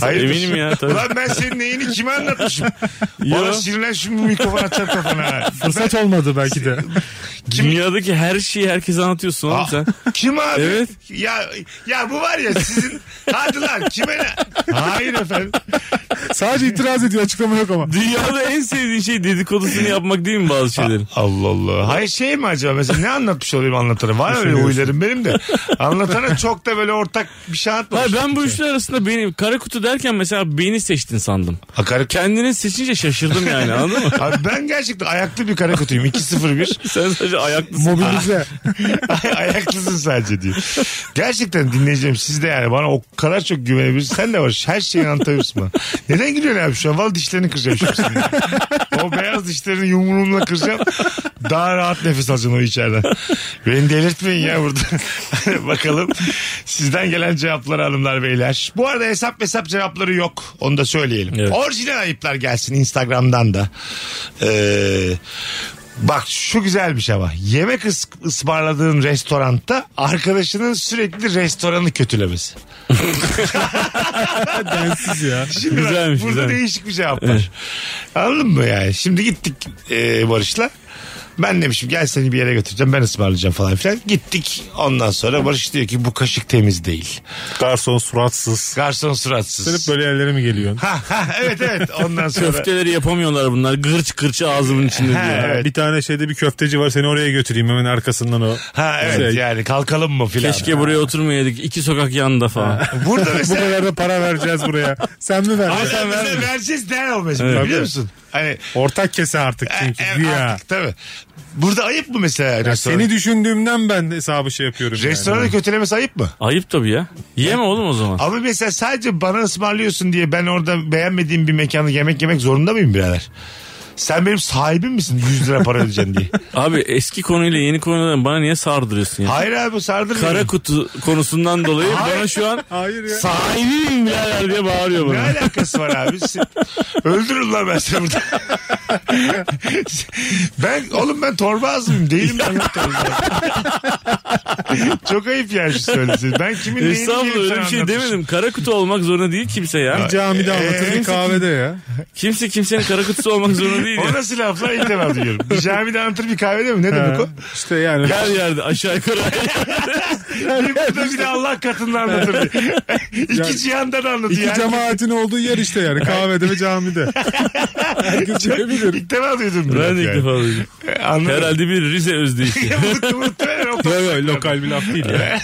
[SPEAKER 3] Hayırdır?
[SPEAKER 5] Eminim ya, tabii.
[SPEAKER 3] Ulan ben senin neyini kime anlatmışım? Bana
[SPEAKER 5] Yo.
[SPEAKER 3] sinirlen şimdi bu mikrofon açar kafana.
[SPEAKER 4] Fırsat olmadı belki de.
[SPEAKER 5] Dünyadaki her şeyi herkese anlatıyorsun oğlum
[SPEAKER 4] Ah.
[SPEAKER 3] Aa,
[SPEAKER 5] sen.
[SPEAKER 3] Ah, Kim abi?
[SPEAKER 5] Evet.
[SPEAKER 3] Ya ya bu var ya sizin hadi lan kime ne? Hayır efendim.
[SPEAKER 4] Sadece itiraz ediyor açıklama yok ama.
[SPEAKER 5] Dünyada en sevdiğin şey dedikodusunu yapmak değil mi bazı
[SPEAKER 4] Ah.
[SPEAKER 5] şeylerin?
[SPEAKER 3] Allah Allah. Hayır şey mi acaba mesela ne anlatmış olayım anlatana? Var öyle huylarım benim de. Anlatana çok da böyle ortak bir şey
[SPEAKER 5] Hayır
[SPEAKER 3] anlatmamış.
[SPEAKER 5] ben bu üçlü arasında beni kara kutu derken mesela beni seçtin sandım.
[SPEAKER 3] Hakaret-
[SPEAKER 5] Kendini seçince şaşırdım yani anladın mı?
[SPEAKER 3] Abi ben gerçekten ayaklı bir kara kutuyum. 2-0-1.
[SPEAKER 5] Sen sadece ayaklısın.
[SPEAKER 4] Mobilize.
[SPEAKER 3] Ay- Ayaklısın sadece diyor. Gerçekten dinleyeceğim siz de yani bana o kadar çok güvenebilirsin. Sen de var her şeyi anlatabilirsin bana. Neden gülüyorsun abi şu an? Valla dişlerini kıracağım şimdi. senin. o beyaz dişlerini yumruğumla kıracağım. Daha rahat nefes alacağım o içeriden. Beni delirtmeyin ya burada. Bakalım sizden gelen cevapları hanımlar beyler. Bu arada hesap hesap cevapları yok. Onu da söyleyelim.
[SPEAKER 5] Evet.
[SPEAKER 3] Orijinal ayıplar gelsin Instagram'dan da. Ee, Bak şu güzel bir şey var. Yemek ıs- ısmarladığın restoranda arkadaşının sürekli restoranı kötülemesi.
[SPEAKER 4] Densiz ya.
[SPEAKER 3] Şimdi bak,
[SPEAKER 5] Güzelmiş,
[SPEAKER 3] burada
[SPEAKER 5] güzelmiş.
[SPEAKER 3] değişik bir cevap var. Anladın mı yani? Şimdi gittik e, Barış'la. Ben demişim gel seni bir yere götüreceğim ben ısmarlayacağım falan filan. Gittik ondan sonra Barış diyor ki bu kaşık temiz değil.
[SPEAKER 4] Garson suratsız.
[SPEAKER 3] Garson
[SPEAKER 4] Sen
[SPEAKER 3] suratsız.
[SPEAKER 4] hep böyle yerlere mi geliyorsun?
[SPEAKER 3] Ha, ha, evet evet ondan sonra.
[SPEAKER 5] Köfteleri yapamıyorlar bunlar. Gırç gırç ağzımın içinde diyor.
[SPEAKER 3] Ha, evet.
[SPEAKER 4] Bir tane şeyde bir köfteci var seni oraya götüreyim hemen arkasından o.
[SPEAKER 3] Ha evet
[SPEAKER 4] Şey,
[SPEAKER 3] yani kalkalım mı filan.
[SPEAKER 5] Keşke buraya oturmayaydık. İki sokak yanında falan.
[SPEAKER 3] Burada
[SPEAKER 4] Bu
[SPEAKER 3] mesela
[SPEAKER 4] kadar da para vereceğiz buraya. Sen mi ver?
[SPEAKER 3] Sen bize vereceğiz der o mesela biliyor musun? Hani
[SPEAKER 4] Ortak kese artık çünkü.
[SPEAKER 3] E,
[SPEAKER 4] güya.
[SPEAKER 3] artık tabii. Burada ayıp mı mesela restoran?
[SPEAKER 4] Seni düşündüğümden ben hesabı şey yapıyorum. yani.
[SPEAKER 3] Restoranı kötülemesi ayıp mı?
[SPEAKER 5] Ayıp tabii ya. Yeme oğlum o zaman.
[SPEAKER 3] Ama mesela sadece bana ısmarlıyorsun diye ben orada beğenmediğim bir mekanda yemek yemek zorunda mıyım birader? Sen benim sahibim misin 100 lira para ödeyeceksin diye?
[SPEAKER 5] Abi eski konuyla yeni konudan bana niye sardırıyorsun ya?
[SPEAKER 3] Hayır abi bu sardırmıyor.
[SPEAKER 5] Kara kutu konusundan dolayı bana şu an
[SPEAKER 4] Hayır ya.
[SPEAKER 5] sahibim birader diye bağırıyor
[SPEAKER 3] Ne
[SPEAKER 5] bana.
[SPEAKER 3] alakası var abi? Sen- Öldürün lan ben seni burada. ben oğlum ben torba ağzım değilim ben lan torba ağzım. Çok ayıp yani şu söylediğin. Ben kimin neyini
[SPEAKER 5] Estağfurullah
[SPEAKER 3] gelip
[SPEAKER 5] öyle bir
[SPEAKER 3] sana
[SPEAKER 5] şey
[SPEAKER 3] anlatmışım?
[SPEAKER 5] demedim. Kara kutu olmak zorunda değil kimse ya.
[SPEAKER 4] Bir
[SPEAKER 3] E,
[SPEAKER 4] camide anlatır bir kahvede ya.
[SPEAKER 5] Kimse kimsenin kara kutusu olmak zorunda değil
[SPEAKER 3] O
[SPEAKER 5] ya.
[SPEAKER 3] nasıl laf lan ilk defa duyuyorum. Bir camide anlatır bir kahvede mi? Ne demek o?
[SPEAKER 4] İşte yani.
[SPEAKER 5] Her yerde aşağı yukarı.
[SPEAKER 3] Bir burada bir de Allah katında anlatır. diye. İki cihanda da anlatıyor.
[SPEAKER 4] İki
[SPEAKER 3] Herkes-
[SPEAKER 4] cemaatin olduğu yer işte yani kahvede ve camide. Herkes görebilir.
[SPEAKER 3] İlk defa duydum. bu
[SPEAKER 5] Ben
[SPEAKER 3] lafı
[SPEAKER 5] de ilk
[SPEAKER 3] yani.
[SPEAKER 5] defa duydum.
[SPEAKER 3] E, Anladım.
[SPEAKER 5] Herhalde bir Rize özdeyişi.
[SPEAKER 3] Unuttum, unuttum.
[SPEAKER 4] Yok yok lokal bir laf değil ya.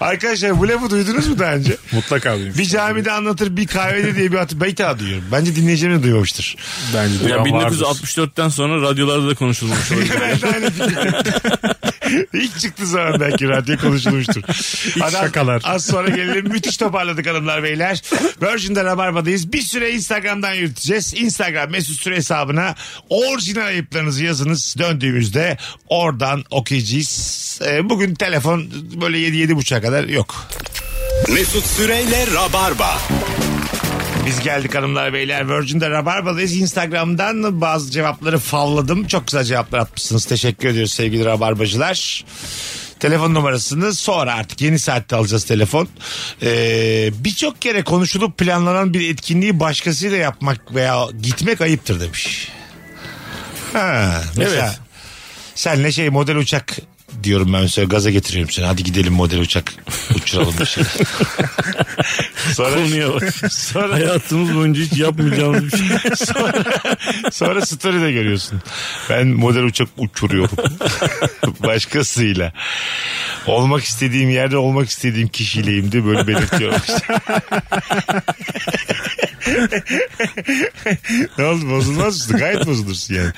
[SPEAKER 3] Arkadaşlar bu lafı duydunuz mu daha önce?
[SPEAKER 4] Mutlaka duymuş.
[SPEAKER 3] Bir camide anlatır bir kahvede diye bir hatı. Ben ilk defa duyuyorum. Bence dinleyicilerim de duymamıştır.
[SPEAKER 4] Bence de.
[SPEAKER 5] Ya 1964'ten sonra radyolarda da konuşulmuş olabilir.
[SPEAKER 3] ben de aynı fikirdeyim. İlk çıktığı zaman belki radyo konuşulmuştur. Hadi az-
[SPEAKER 4] şakalar.
[SPEAKER 3] Az sonra gelelim. Müthiş toparladık hanımlar beyler. Virgin'de Rabarba'dayız. Bir süre Instagram'dan yürüteceğiz. Instagram mesut süre hesabına orijinal ayıplarınızı yazınız. Döndüğümüzde oradan okuyacağız. Ee, Bugün telefon böyle 7-7.30'a kadar yok.
[SPEAKER 2] Mesut Süreyle Rabarba.
[SPEAKER 3] Biz geldik hanımlar beyler. Virgin'de Rabarba'dayız. Instagram'dan bazı cevapları favladım. Çok güzel cevaplar atmışsınız. Teşekkür ediyoruz sevgili Rabarbacılar. Telefon numarasını sonra artık yeni saatte alacağız telefon. Ee, Birçok kere konuşulup planlanan bir etkinliği başkasıyla yapmak veya gitmek ayıptır demiş. Ha, mesela
[SPEAKER 5] Evet.
[SPEAKER 3] senle şey model uçak diyorum ben mesela gaza getiriyorum seni. Hadi gidelim model uçak uçuralım bir şey. sonra,
[SPEAKER 5] Konuya bak.
[SPEAKER 3] sonra,
[SPEAKER 5] Hayatımız boyunca hiç yapmayacağımız bir şey.
[SPEAKER 3] Sonra story'de görüyorsun. Ben model uçak uçuruyorum. Başkasıyla. Olmak istediğim yerde olmak istediğim kişiyleyim diye böyle belirtiyorum. ne oldu bozulmaz mısın? Gayet bozulursun yani.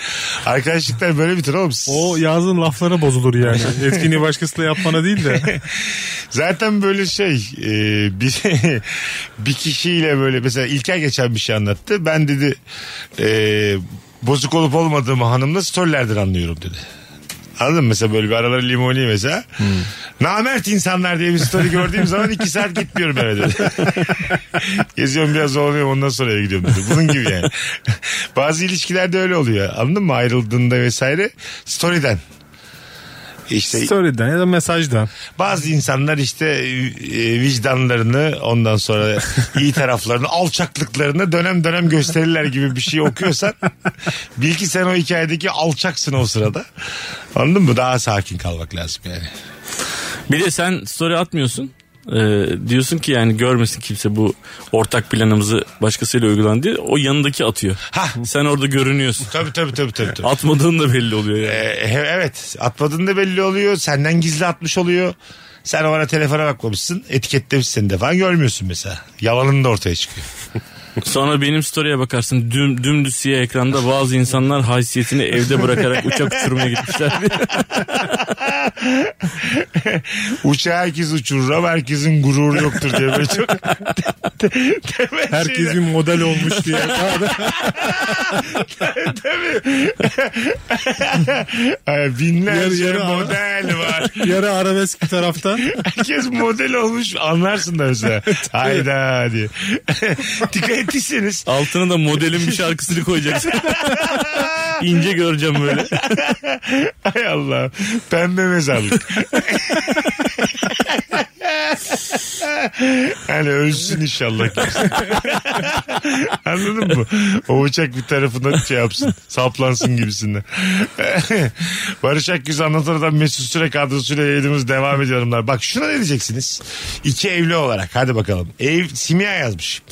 [SPEAKER 3] Arkadaşlıklar böyle bitir oğlum.
[SPEAKER 4] O yazdığın laflara bozulur yani. Etkinliği başkasıyla yapmana değil de.
[SPEAKER 3] Zaten böyle şey e, bir, bir kişiyle böyle mesela İlker geçen bir şey anlattı. Ben dedi e, bozuk olup olmadığımı hanımla storylerden anlıyorum dedi. Anladın mı? Mesela böyle bir araları limoni mesela. Namert insanlar diye bir story gördüğüm zaman iki saat gitmiyorum eve dedi. Geziyorum biraz zorlanıyorum ondan sonra eve gidiyorum dedi. Bunun gibi yani. Bazı ilişkilerde öyle oluyor. Anladın mı? Ayrıldığında vesaire storyden. İşte
[SPEAKER 4] Story'den ya da mesajdan.
[SPEAKER 3] bazı insanlar işte e, vicdanlarını ondan sonra iyi taraflarını alçaklıklarını dönem dönem gösterirler gibi bir şey okuyorsan bil ki sen o hikayedeki alçaksın o sırada. Anladın mı? Daha sakin kalmak lazım yani.
[SPEAKER 5] Bir de sen story atmıyorsun. Ee, diyorsun ki yani görmesin kimse bu ortak planımızı başkasıyla uygulandı. O yanındaki atıyor.
[SPEAKER 3] Hah.
[SPEAKER 5] Sen orada görünüyorsun.
[SPEAKER 3] Tabii tabii tabii tabii. tabii.
[SPEAKER 5] Atmadığın da belli oluyor yani.
[SPEAKER 3] Ee, he- evet atmadığın da belli oluyor. Senden gizli atmış oluyor. Sen o ara telefona bakmamışsın. Etiketlemişsin de falan görmüyorsun mesela. Yalanın da ortaya çıkıyor.
[SPEAKER 5] Sonra benim story'e bakarsın düm, dümdüz siyah ekranda bazı insanlar haysiyetini evde bırakarak uçak uçurmaya gitmişler.
[SPEAKER 3] Uçağı herkes uçurur ama herkesin gururu yoktur diye böyle çok temel
[SPEAKER 4] Herkes
[SPEAKER 3] şeyler.
[SPEAKER 4] bir model olmuş diye.
[SPEAKER 3] Ay, Ee, binlerce
[SPEAKER 4] Yarı yarı ama.
[SPEAKER 3] model var.
[SPEAKER 4] Yarı arabesk bir taraftan.
[SPEAKER 3] Herkes model olmuş anlarsın da mesela. Hayda diye. Dikkat ettiyseniz
[SPEAKER 5] Altına da modelin bir şarkısını koyacaksın. İnce göreceğim böyle.
[SPEAKER 3] Hay Allah. Pembe mezarlık. hani ölsün inşallah. kimse. Anladın mı? O uçak bir tarafından şey yapsın. Saplansın gibisinden. Barış Akgüz anlatan adam Mesut Süre kadrosuyla yayınımız devam ediyor hanımlar. Bak şuna ne diyeceksiniz? İki evli olarak hadi bakalım. Ev, Simya yazmış.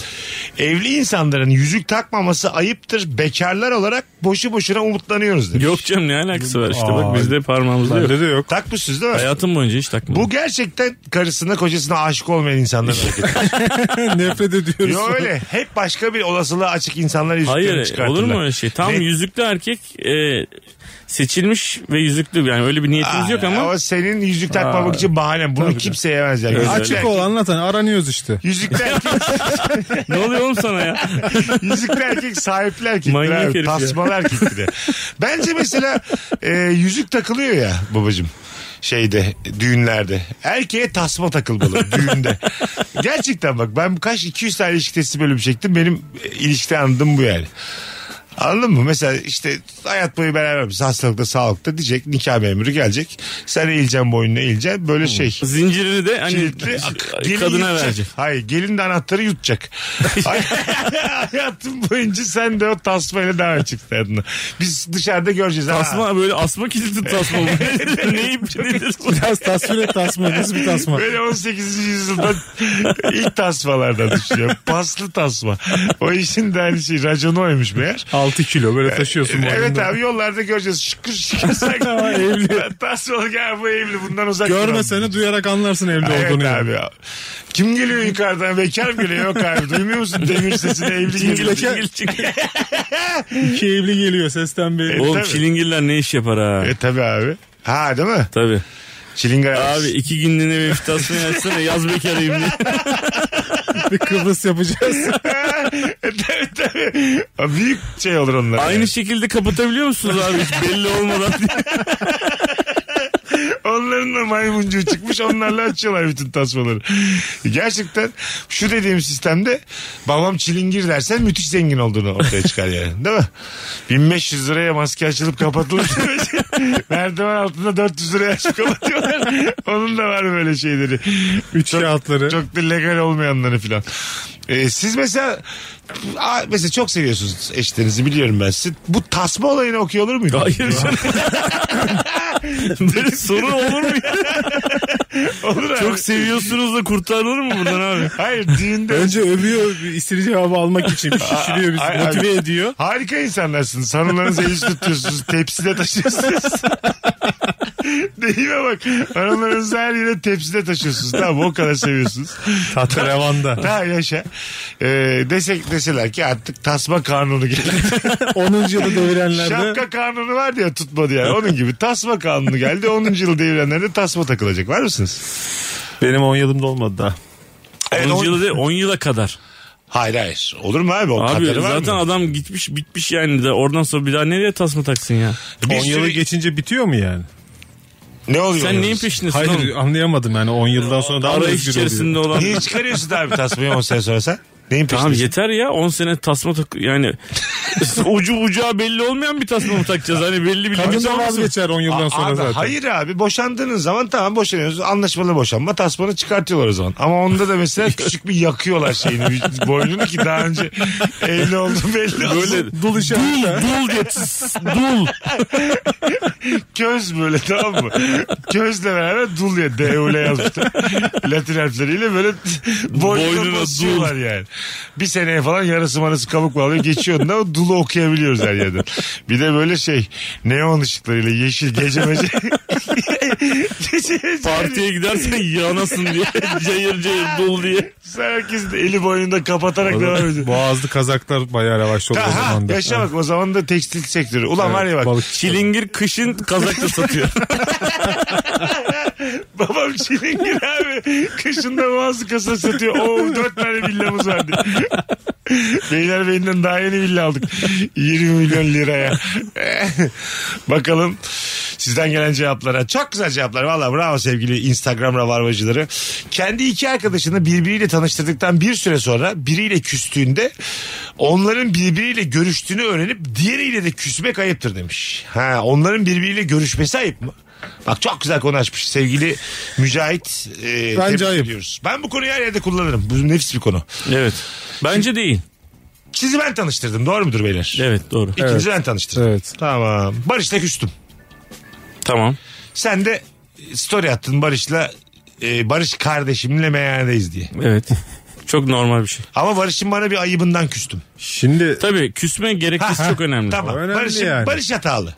[SPEAKER 3] Evli insanların yüzük takmaması ayıptır. Bekarlar olarak boşu boşuna umutlanıyoruz demiş.
[SPEAKER 5] Yok canım ne alakası var işte
[SPEAKER 4] Aa.
[SPEAKER 5] bak bizde parmağımızda yok.
[SPEAKER 4] Bende de yok.
[SPEAKER 3] Takmışsınız değil mi?
[SPEAKER 5] Hayatım boyunca hiç takmadım.
[SPEAKER 3] Bu gerçekten karısına kocasına aşık olmayan insanlar hareketi.
[SPEAKER 4] Nefret ediyoruz.
[SPEAKER 3] Yo öyle. Hep başka bir olasılığa açık insanlar yüzüklerini
[SPEAKER 5] Hayır
[SPEAKER 3] çıkartırlar.
[SPEAKER 5] olur mu öyle şey? Tam
[SPEAKER 3] Ne-
[SPEAKER 5] yüzüklü erkek e, seçilmiş ve yüzüklü yani öyle bir niyetimiz
[SPEAKER 3] Aa,
[SPEAKER 5] yok ama
[SPEAKER 3] O senin yüzük takmamak için bahanem. Bunu kimse yemez yani. Yüzükler-
[SPEAKER 4] Açık ol anlatan aranıyoruz işte.
[SPEAKER 3] Yüzükler erkek,
[SPEAKER 5] ne oluyor oğlum sana ya?
[SPEAKER 3] yüzükler erkek sahipli erkektir
[SPEAKER 5] Manyak
[SPEAKER 3] abi.
[SPEAKER 5] herif ya.
[SPEAKER 3] Tasmalı erkek bir de. Bence mesela e, yüzük takılıyor ya babacım şeyde düğünlerde. Erkeğe tasma takılmalı düğünde. Gerçekten bak ben kaç 200 tane ilişki testi bölümü çektim. Benim e, ilişkide anladığım bu yani. Anladın mı? Mesela işte hayat boyu beraber biz hastalıkta sağlıkta diyecek nikah memuru gelecek. Sen eğileceksin boynuna eğileceksin. Böyle şey.
[SPEAKER 5] Zincirini de hani
[SPEAKER 3] Kilitli ak- gelin
[SPEAKER 5] kadına
[SPEAKER 3] yutacak.
[SPEAKER 5] verecek.
[SPEAKER 3] Hayır gelin de anahtarı yutacak. Hay- Hayatın boyunca sen de o tasmayla devam edeceksin hayatına. Biz dışarıda göreceğiz. ha.
[SPEAKER 5] Tasma böyle asma kilitli tasma. ne ip nedir? bu?
[SPEAKER 4] Biraz tasvir et tasma. Nasıl bir tasma?
[SPEAKER 3] Böyle 18. yüzyılda ilk tasmalardan düşünüyorum. Paslı tasma. O işin de hani şey raconu oymuş meğer.
[SPEAKER 4] 6 kilo böyle taşıyorsun.
[SPEAKER 3] Evet
[SPEAKER 4] boynunda.
[SPEAKER 3] abi yollarda göreceğiz. Şıkır şıkır.
[SPEAKER 4] Evli.
[SPEAKER 3] Tasmalı gel bu evli bundan uzak. duralım.
[SPEAKER 4] Görmeseni duyarak anlarsın evli
[SPEAKER 3] Evet
[SPEAKER 4] olduğunu. yani.
[SPEAKER 3] abi ya. Kim geliyor yukarıdan? Bekar mı geliyor? Yok abi. Duymuyor musun demir sesini? Evli geliyor.
[SPEAKER 5] Çingil, çingil.
[SPEAKER 4] İki evli geliyor sesten bir.
[SPEAKER 5] Oğlum
[SPEAKER 3] tabii.
[SPEAKER 5] çilingirler ne iş yapar ha?
[SPEAKER 3] E tabi abi. Ha değil mi?
[SPEAKER 5] Tabii.
[SPEAKER 3] Çilingir
[SPEAKER 5] Abi iki günlüğüne bir iftasını yazsana yaz bekarıyım diye.
[SPEAKER 4] bir Kıbrıs yapacağız.
[SPEAKER 3] tabii tabii. Abi, Büyük şey olur onlar.
[SPEAKER 5] Aynı
[SPEAKER 3] yani.
[SPEAKER 5] şekilde kapatabiliyor musunuz abi hiç belli olmadan diye.
[SPEAKER 3] Onların da maymuncuğu çıkmış. Onlarla açıyorlar bütün tasmaları. Gerçekten şu dediğim sistemde babam çilingir dersen müthiş zengin olduğunu ortaya çıkar yani. Değil mi? 1500 liraya maske açılıp kapatılır. Merdiven altında 400 liraya açıp kapatıyorlar. Onun da var böyle şeyleri.
[SPEAKER 4] Üç kağıtları.
[SPEAKER 3] Çok da legal olmayanları filan. Ee, siz mesela Aa, mesela çok seviyorsunuz eşlerinizi biliyorum ben. Siz bu tasma olayını okuyor olur muydu?
[SPEAKER 5] Hayır canım. Böyle soru olur mu? ya?
[SPEAKER 3] Olur abi.
[SPEAKER 5] Çok seviyorsunuz da kurtarılır mı buradan abi?
[SPEAKER 3] Hayır düğünde.
[SPEAKER 4] Önce övüyor istediği cevabı almak için. Şişiriyor bizi.
[SPEAKER 3] Ay- ay-
[SPEAKER 4] Motive ediyor.
[SPEAKER 3] Harika insanlarsınız. Sanılarınızı el tutuyorsunuz. Tepside taşıyorsunuz. Deyime bak. Hanımlarınızı her yere tepside taşıyorsunuz. Tamam o kadar seviyorsunuz.
[SPEAKER 4] Tatlı revanda.
[SPEAKER 3] Daha yaşa. Ee, desek deseler ki artık tasma kanunu geldi.
[SPEAKER 4] 10. yılı devirenlerde
[SPEAKER 3] Şapka kanunu var ya tutmadı yani. Onun gibi tasma kanunu geldi. 10. yıl devrenlerde tasma takılacak. Var mısınız?
[SPEAKER 4] benim 10 yılımda olmadı daha.
[SPEAKER 5] 10
[SPEAKER 3] on-
[SPEAKER 5] yıla değil 10 yıla kadar.
[SPEAKER 3] Hayır hayır. Olur mu abi? O
[SPEAKER 5] Abi
[SPEAKER 3] kadarı var
[SPEAKER 5] zaten
[SPEAKER 3] mı?
[SPEAKER 5] adam gitmiş bitmiş yani de oradan sonra bir daha nereye tasma taksın ya?
[SPEAKER 3] Bir
[SPEAKER 4] 10 yılı
[SPEAKER 3] sürü-
[SPEAKER 4] geçince bitiyor mu yani?
[SPEAKER 3] Ne oluyor?
[SPEAKER 5] Sen neyin
[SPEAKER 3] orası?
[SPEAKER 5] peşindesin
[SPEAKER 4] Hayır
[SPEAKER 5] oğlum?
[SPEAKER 4] anlayamadım yani 10 yıldan sonra daha mı
[SPEAKER 5] Arayış
[SPEAKER 4] özgür oluyor?
[SPEAKER 5] içerisinde olan.
[SPEAKER 3] Niye çıkarıyorsun abi tasmayı 10 sene sonra sen? Neyin
[SPEAKER 5] Tamam
[SPEAKER 3] peşindesin?
[SPEAKER 5] yeter ya 10 sene tasma tak yani ucu bucağı belli olmayan bir tasma mı takacağız? Hani belli bir
[SPEAKER 4] Kadın
[SPEAKER 5] limit
[SPEAKER 4] da
[SPEAKER 5] olmasın.
[SPEAKER 4] vazgeçer 10 yıldan sonra
[SPEAKER 3] Abi,
[SPEAKER 4] zaten.
[SPEAKER 3] Hayır abi boşandığınız zaman tamam boşanıyorsunuz. Anlaşmalı boşanma tasmanı çıkartıyorlar o zaman. Ama onda da mesela küçük bir yakıyorlar şeyini bir- boynunu ki daha önce evli oldum belli olsun. Böyle
[SPEAKER 4] Dul
[SPEAKER 5] Dul
[SPEAKER 4] işareti.
[SPEAKER 5] dul diye tıs, dul.
[SPEAKER 3] köz böyle tamam mı? Közle beraber dul ya deule yazmışlar. Latin harfleriyle böyle boynunu
[SPEAKER 5] Boynuna
[SPEAKER 3] basıyorlar yani. Bir seneye falan yarısı marası kabuk bağlıyor. Geçiyorsun da o dulu okuyabiliyoruz her yerden. Bir de böyle şey neon ışıklarıyla yeşil gece mece. Gece mece.
[SPEAKER 5] Partiye gidersen yanasın diye. Cayır cayır dul diye.
[SPEAKER 3] Herkes de eli boynunda kapatarak devam ediyor.
[SPEAKER 4] Boğazlı kazaklar bayağı revaçta oldu
[SPEAKER 3] Ha,
[SPEAKER 4] o zaman da.
[SPEAKER 3] yaşa bak o zaman da tekstil sektörü. Ulan var ya bak
[SPEAKER 4] Balıkçı.
[SPEAKER 5] Çilingir kışın kazakla satıyor.
[SPEAKER 3] babam çilingir abi. Kışında bazı kasa satıyor. Oo dört tane villamız vardı. Beyler beyinden daha yeni villa aldık. 20 milyon liraya. Bakalım sizden gelen cevaplara. Çok güzel cevaplar. Valla bravo sevgili Instagram ravarvacıları. Kendi iki arkadaşını birbiriyle tanıştırdıktan bir süre sonra biriyle küstüğünde onların birbiriyle görüştüğünü öğrenip diğeriyle de küsmek ayıptır demiş. Ha, onların birbiriyle görüşmesi ayıp mı? Bak çok güzel konu açmış sevgili Mücahit. E, tebrik
[SPEAKER 4] ayıp.
[SPEAKER 3] ediyoruz. Ben bu konuyu her yerde kullanırım. Bu nefis bir konu.
[SPEAKER 5] evet. Bence değil.
[SPEAKER 3] Sizi ben tanıştırdım doğru mudur beyler?
[SPEAKER 5] Evet doğru.
[SPEAKER 3] İkinizi ben tanıştırdım.
[SPEAKER 4] Evet.
[SPEAKER 3] Tamam. Barış'la küstüm.
[SPEAKER 5] Tamam.
[SPEAKER 3] Sen de e, story attın Barış'la e, Barış kardeşimle meyhanedeyiz diye.
[SPEAKER 5] Evet. Çok normal bir şey.
[SPEAKER 3] Ama Barış'ın bana bir ayıbından küstüm.
[SPEAKER 4] Şimdi
[SPEAKER 5] Tabii küsme gerekçesi çok önemli.
[SPEAKER 3] Tamam.
[SPEAKER 4] Önemli
[SPEAKER 3] Barış'ın-
[SPEAKER 4] yani.
[SPEAKER 3] Barış hatalı.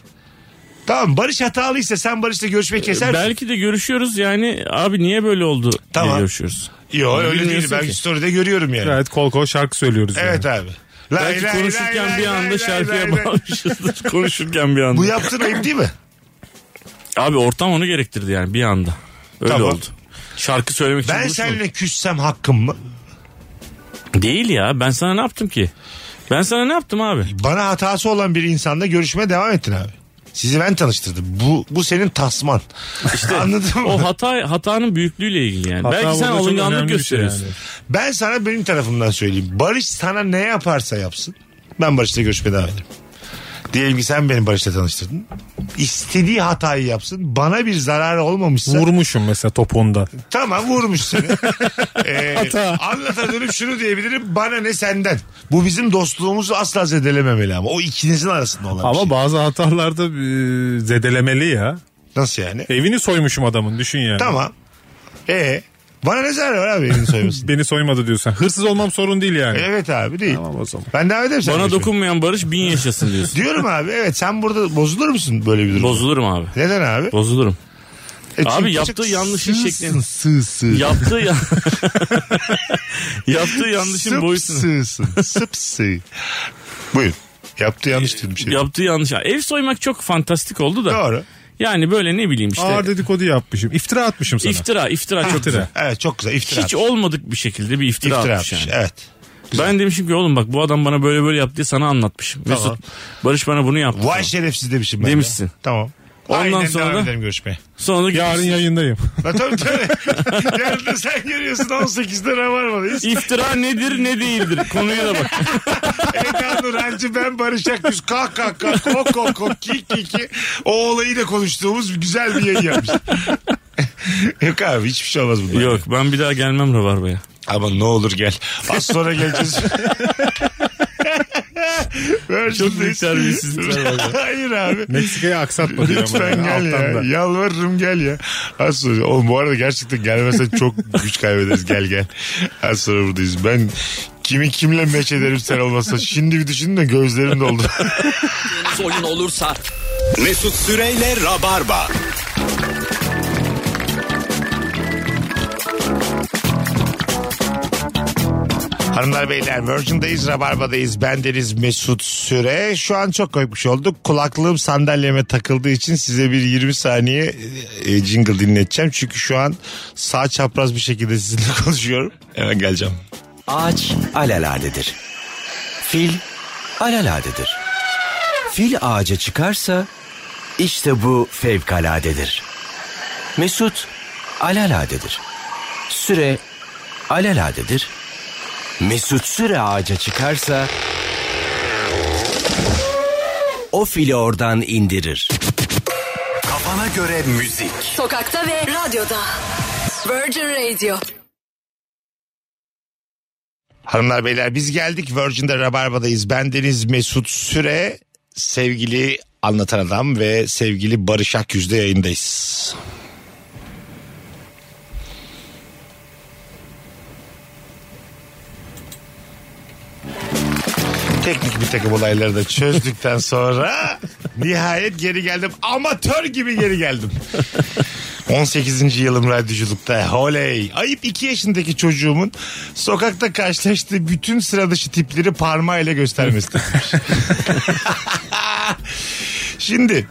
[SPEAKER 3] Tamam Barış hatalıysa sen Barış'la görüşmeyi keser misin?
[SPEAKER 5] Belki de görüşüyoruz yani abi niye böyle oldu
[SPEAKER 3] Tamam.
[SPEAKER 5] diye görüşüyoruz.
[SPEAKER 3] Yok öyle değil.
[SPEAKER 5] Bilmiyorsun
[SPEAKER 3] Ben
[SPEAKER 5] ki.
[SPEAKER 3] story'de görüyorum yani. Evet,
[SPEAKER 4] gayet kol kol şarkı söylüyoruz. yani.
[SPEAKER 3] abi. Lay
[SPEAKER 5] Belki
[SPEAKER 3] lay lay
[SPEAKER 5] konuşurken
[SPEAKER 3] lay
[SPEAKER 5] bir
[SPEAKER 3] lay lay
[SPEAKER 5] anda
[SPEAKER 3] lay
[SPEAKER 5] şarkıya
[SPEAKER 3] lay.
[SPEAKER 5] bağlamışızdır. konuşurken bir anda.
[SPEAKER 3] Bu yaptığın ayıp değil mi?
[SPEAKER 5] Abi ortam onu gerektirdi yani bir anda. Öyle
[SPEAKER 3] Tamam.
[SPEAKER 5] oldu. Şarkı söylemek için
[SPEAKER 3] Ben
[SPEAKER 5] buluşmadık.
[SPEAKER 3] seninle küssem hakkım mı?
[SPEAKER 5] Değil ya ben sana ne yaptım ki? Ben sana ne yaptım abi?
[SPEAKER 3] Bana hatası olan bir insanla görüşmeye devam ettin abi. Sizi ben tanıştırdım. Bu bu senin tasman. İşte anladın mı?
[SPEAKER 5] O hata hatanın büyüklüğüyle ilgili yani.
[SPEAKER 4] Hata
[SPEAKER 5] Belki sen
[SPEAKER 4] burada çok
[SPEAKER 5] alınganlık
[SPEAKER 4] önemli bir şey
[SPEAKER 5] gösteriyorsun.
[SPEAKER 4] yani.
[SPEAKER 3] Ben sana benim tarafımdan söyleyeyim. Barış sana ne yaparsa yapsın. Ben Barış'la görüşmeye devam ederim. Diyelim ki sen beni Barış'la tanıştırdın. İstediği hatayı yapsın. Bana bir zararı olmamışsa.
[SPEAKER 4] Vurmuşum mesela topuğundan.
[SPEAKER 3] Tamam vurmuş seni. ee, anlata dönüp şunu diyebilirim. Bana ne senden. Bu bizim dostluğumuzu asla zedelememeli ama. O ikinizin arasında olan bir
[SPEAKER 4] Ama
[SPEAKER 3] şey.
[SPEAKER 4] bazı hatalarda e, zedelemeli ya.
[SPEAKER 3] Nasıl yani?
[SPEAKER 4] Evini soymuşum adamın düşün yani.
[SPEAKER 3] Tamam. Ee, bana ne zararı var abi elini soymasın?
[SPEAKER 4] Beni soymadı diyorsan. Hırsız olmam sorun değil yani.
[SPEAKER 3] evet abi değil.
[SPEAKER 4] Tamam o zaman.
[SPEAKER 3] Ben devam ederim.
[SPEAKER 5] Bana
[SPEAKER 3] sana.
[SPEAKER 5] dokunmayan barış bin yaşasın diyorsun.
[SPEAKER 3] Diyorum abi evet sen burada bozulur musun böyle bir durumda?
[SPEAKER 5] Bozulurum abi.
[SPEAKER 3] Neden abi?
[SPEAKER 5] Bozulurum.
[SPEAKER 3] E çünkü
[SPEAKER 5] Abi
[SPEAKER 3] çok
[SPEAKER 5] yaptığı yanlışın şeklini.
[SPEAKER 3] Sığ sığ.
[SPEAKER 5] Yaptığı ya- yaptığı yanlışın
[SPEAKER 3] Sıp
[SPEAKER 5] boyutunu.
[SPEAKER 3] sığsın. Sıp sığ. Buyur. Yaptığı
[SPEAKER 5] E,
[SPEAKER 3] yanlış dedim şey.
[SPEAKER 5] Yaptığı yanlış. Ev soymak çok fantastik oldu da.
[SPEAKER 3] Doğru.
[SPEAKER 5] Yani böyle ne bileyim işte.
[SPEAKER 4] Ağır dedikodu yapmışım. İftira atmışım sana.
[SPEAKER 5] iftira, iftira çok
[SPEAKER 4] İftira.
[SPEAKER 5] güzel.
[SPEAKER 3] Evet çok güzel. İftira
[SPEAKER 5] Hiç
[SPEAKER 3] atmış.
[SPEAKER 5] olmadık bir şekilde bir iftira,
[SPEAKER 3] İftira
[SPEAKER 5] atmış
[SPEAKER 3] atmış.
[SPEAKER 5] yani.
[SPEAKER 3] Evet.
[SPEAKER 5] Ben demişim ki oğlum bak bu adam bana böyle böyle yaptı diye sana anlatmışım.
[SPEAKER 3] Tamam.
[SPEAKER 5] Mesut Barış bana bunu yaptı.
[SPEAKER 3] Vay şerefsiz demişim ben. de.
[SPEAKER 5] Demişsin.
[SPEAKER 3] Tamam.
[SPEAKER 5] Ondan
[SPEAKER 3] Aynen
[SPEAKER 5] sonra
[SPEAKER 3] devam
[SPEAKER 5] da-
[SPEAKER 3] edelim görüşmeye.
[SPEAKER 5] Sonra da
[SPEAKER 4] Yarın
[SPEAKER 5] gitmişsin.
[SPEAKER 4] yayındayım.
[SPEAKER 3] Ha, tabii tabii. Yarın da sen görüyorsun 18'de ne var mı?
[SPEAKER 5] İftira nedir ne değildir konuya da bak.
[SPEAKER 3] Eda Nurhancı ben Barış Akgüz kah kah kah kok kok kok ki ki ki o olayı da konuştuğumuz güzel bir yayın yapmış. Yok abi hiçbir şey olmaz bundan.
[SPEAKER 5] Yok ben bir daha gelmem Rabarba'ya.
[SPEAKER 3] Ama ne olur gel. Az sonra geleceğiz. Virgin'deyiz.
[SPEAKER 5] büyük terbiyesizlikler
[SPEAKER 3] Hayır abi.
[SPEAKER 4] Meksika'ya aksatma diyor ama.
[SPEAKER 3] Lütfen
[SPEAKER 4] yani,
[SPEAKER 3] gel ya.
[SPEAKER 4] alttan da.
[SPEAKER 3] Yalvarırım gel ya. Az sonra. Oğlum bu arada gerçekten gelmezsen çok güç kaybederiz. Gel gel. Az sonra buradayız. Ben kimi kimle meç ederim sen olmasa. Şimdi bir düşündüm de gözlerim doldu.
[SPEAKER 2] Mesut Süreyle Rabarba.
[SPEAKER 3] Hanımlar beyler Virgin'dayız Rabarba'dayız. Ben Deniz Mesut Süre. Şu an çok koymuş olduk. Kulaklığım sandalyeme takıldığı için size bir 20 saniye e, jingle dinleteceğim. Çünkü şu an sağ çapraz bir şekilde sizinle konuşuyorum. Hemen geleceğim.
[SPEAKER 6] Ağaç alaladedir. Fil alaladedir. Fil ağaca çıkarsa işte bu fevkaladedir. Mesut alaladedir. Süre alaladedir. Mesut süre ağaca çıkarsa o fili oradan indirir.
[SPEAKER 2] Kafana göre müzik.
[SPEAKER 7] Sokakta ve radyoda. Virgin Radio.
[SPEAKER 3] Hanımlar beyler biz geldik Virgin'de Rabarba'dayız. Ben Deniz Mesut Süre sevgili anlatan adam ve sevgili Barış Akyüz'de yayındayız. Teknik bir takım olayları da çözdükten sonra nihayet geri geldim. Amatör gibi geri geldim. 18. yılım radyoculukta. Oley. Ayıp 2 yaşındaki çocuğumun sokakta karşılaştığı bütün sıra dışı tipleri parmağıyla göstermesi. Şimdi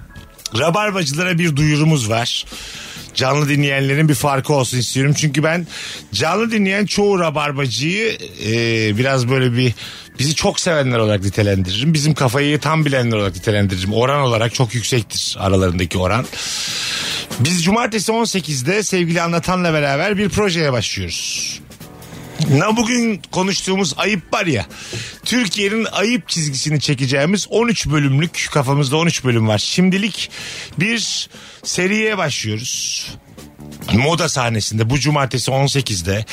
[SPEAKER 3] rabarbacılara bir duyurumuz var. Canlı dinleyenlerin bir farkı olsun istiyorum. Çünkü ben canlı dinleyen çoğu rabarbacıyı e, biraz böyle bir bizi çok sevenler olarak nitelendiririm. Bizim kafayı tam bilenler olarak nitelendiririm. Oran olarak çok yüksektir aralarındaki oran. Biz cumartesi 18'de sevgili anlatanla beraber bir projeye başlıyoruz. Na bugün konuştuğumuz ayıp var ya. Türkiye'nin ayıp çizgisini çekeceğimiz 13 bölümlük kafamızda 13 bölüm var. Şimdilik bir seriye başlıyoruz. Moda sahnesinde bu cumartesi 18'de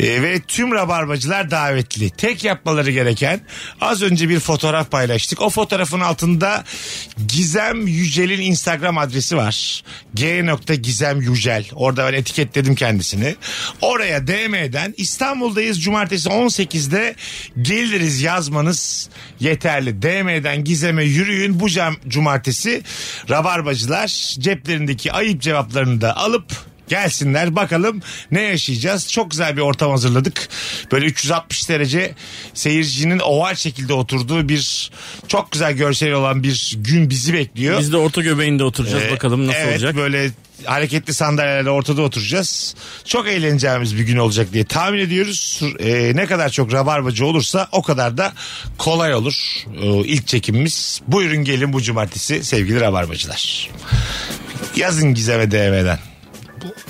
[SPEAKER 3] Ee, ve tüm rabarbacılar davetli. Tek yapmaları gereken az önce bir fotoğraf paylaştık. O fotoğrafın altında Gizem Yücel'in Instagram adresi var. G.Gizem Yücel. Orada ben etiketledim kendisini. Oraya DM'den İstanbul'dayız cumartesi 18'de geliriz yazmanız yeterli. DM'den Gizem'e yürüyün. Bu cam- cumartesi rabarbacılar ceplerindeki ayıp cevaplarını da alıp Gelsinler bakalım ne yaşayacağız. Çok güzel bir ortam hazırladık. Böyle 360 derece seyircinin oval şekilde oturduğu bir çok güzel görsel olan bir gün bizi bekliyor.
[SPEAKER 5] Biz de orta göbeğinde oturacağız
[SPEAKER 3] Ee,
[SPEAKER 5] bakalım nasıl
[SPEAKER 3] evet,
[SPEAKER 5] olacak.
[SPEAKER 3] böyle hareketli sandalyelerde ortada oturacağız. Çok eğleneceğimiz bir gün olacak diye tahmin ediyoruz. Ee, ne kadar çok rabarbacı olursa o kadar da kolay olur ee, ilk çekimimiz. Buyurun gelin bu cumartesi sevgili rabarbacılar. Yazın Gizem'e DM'den.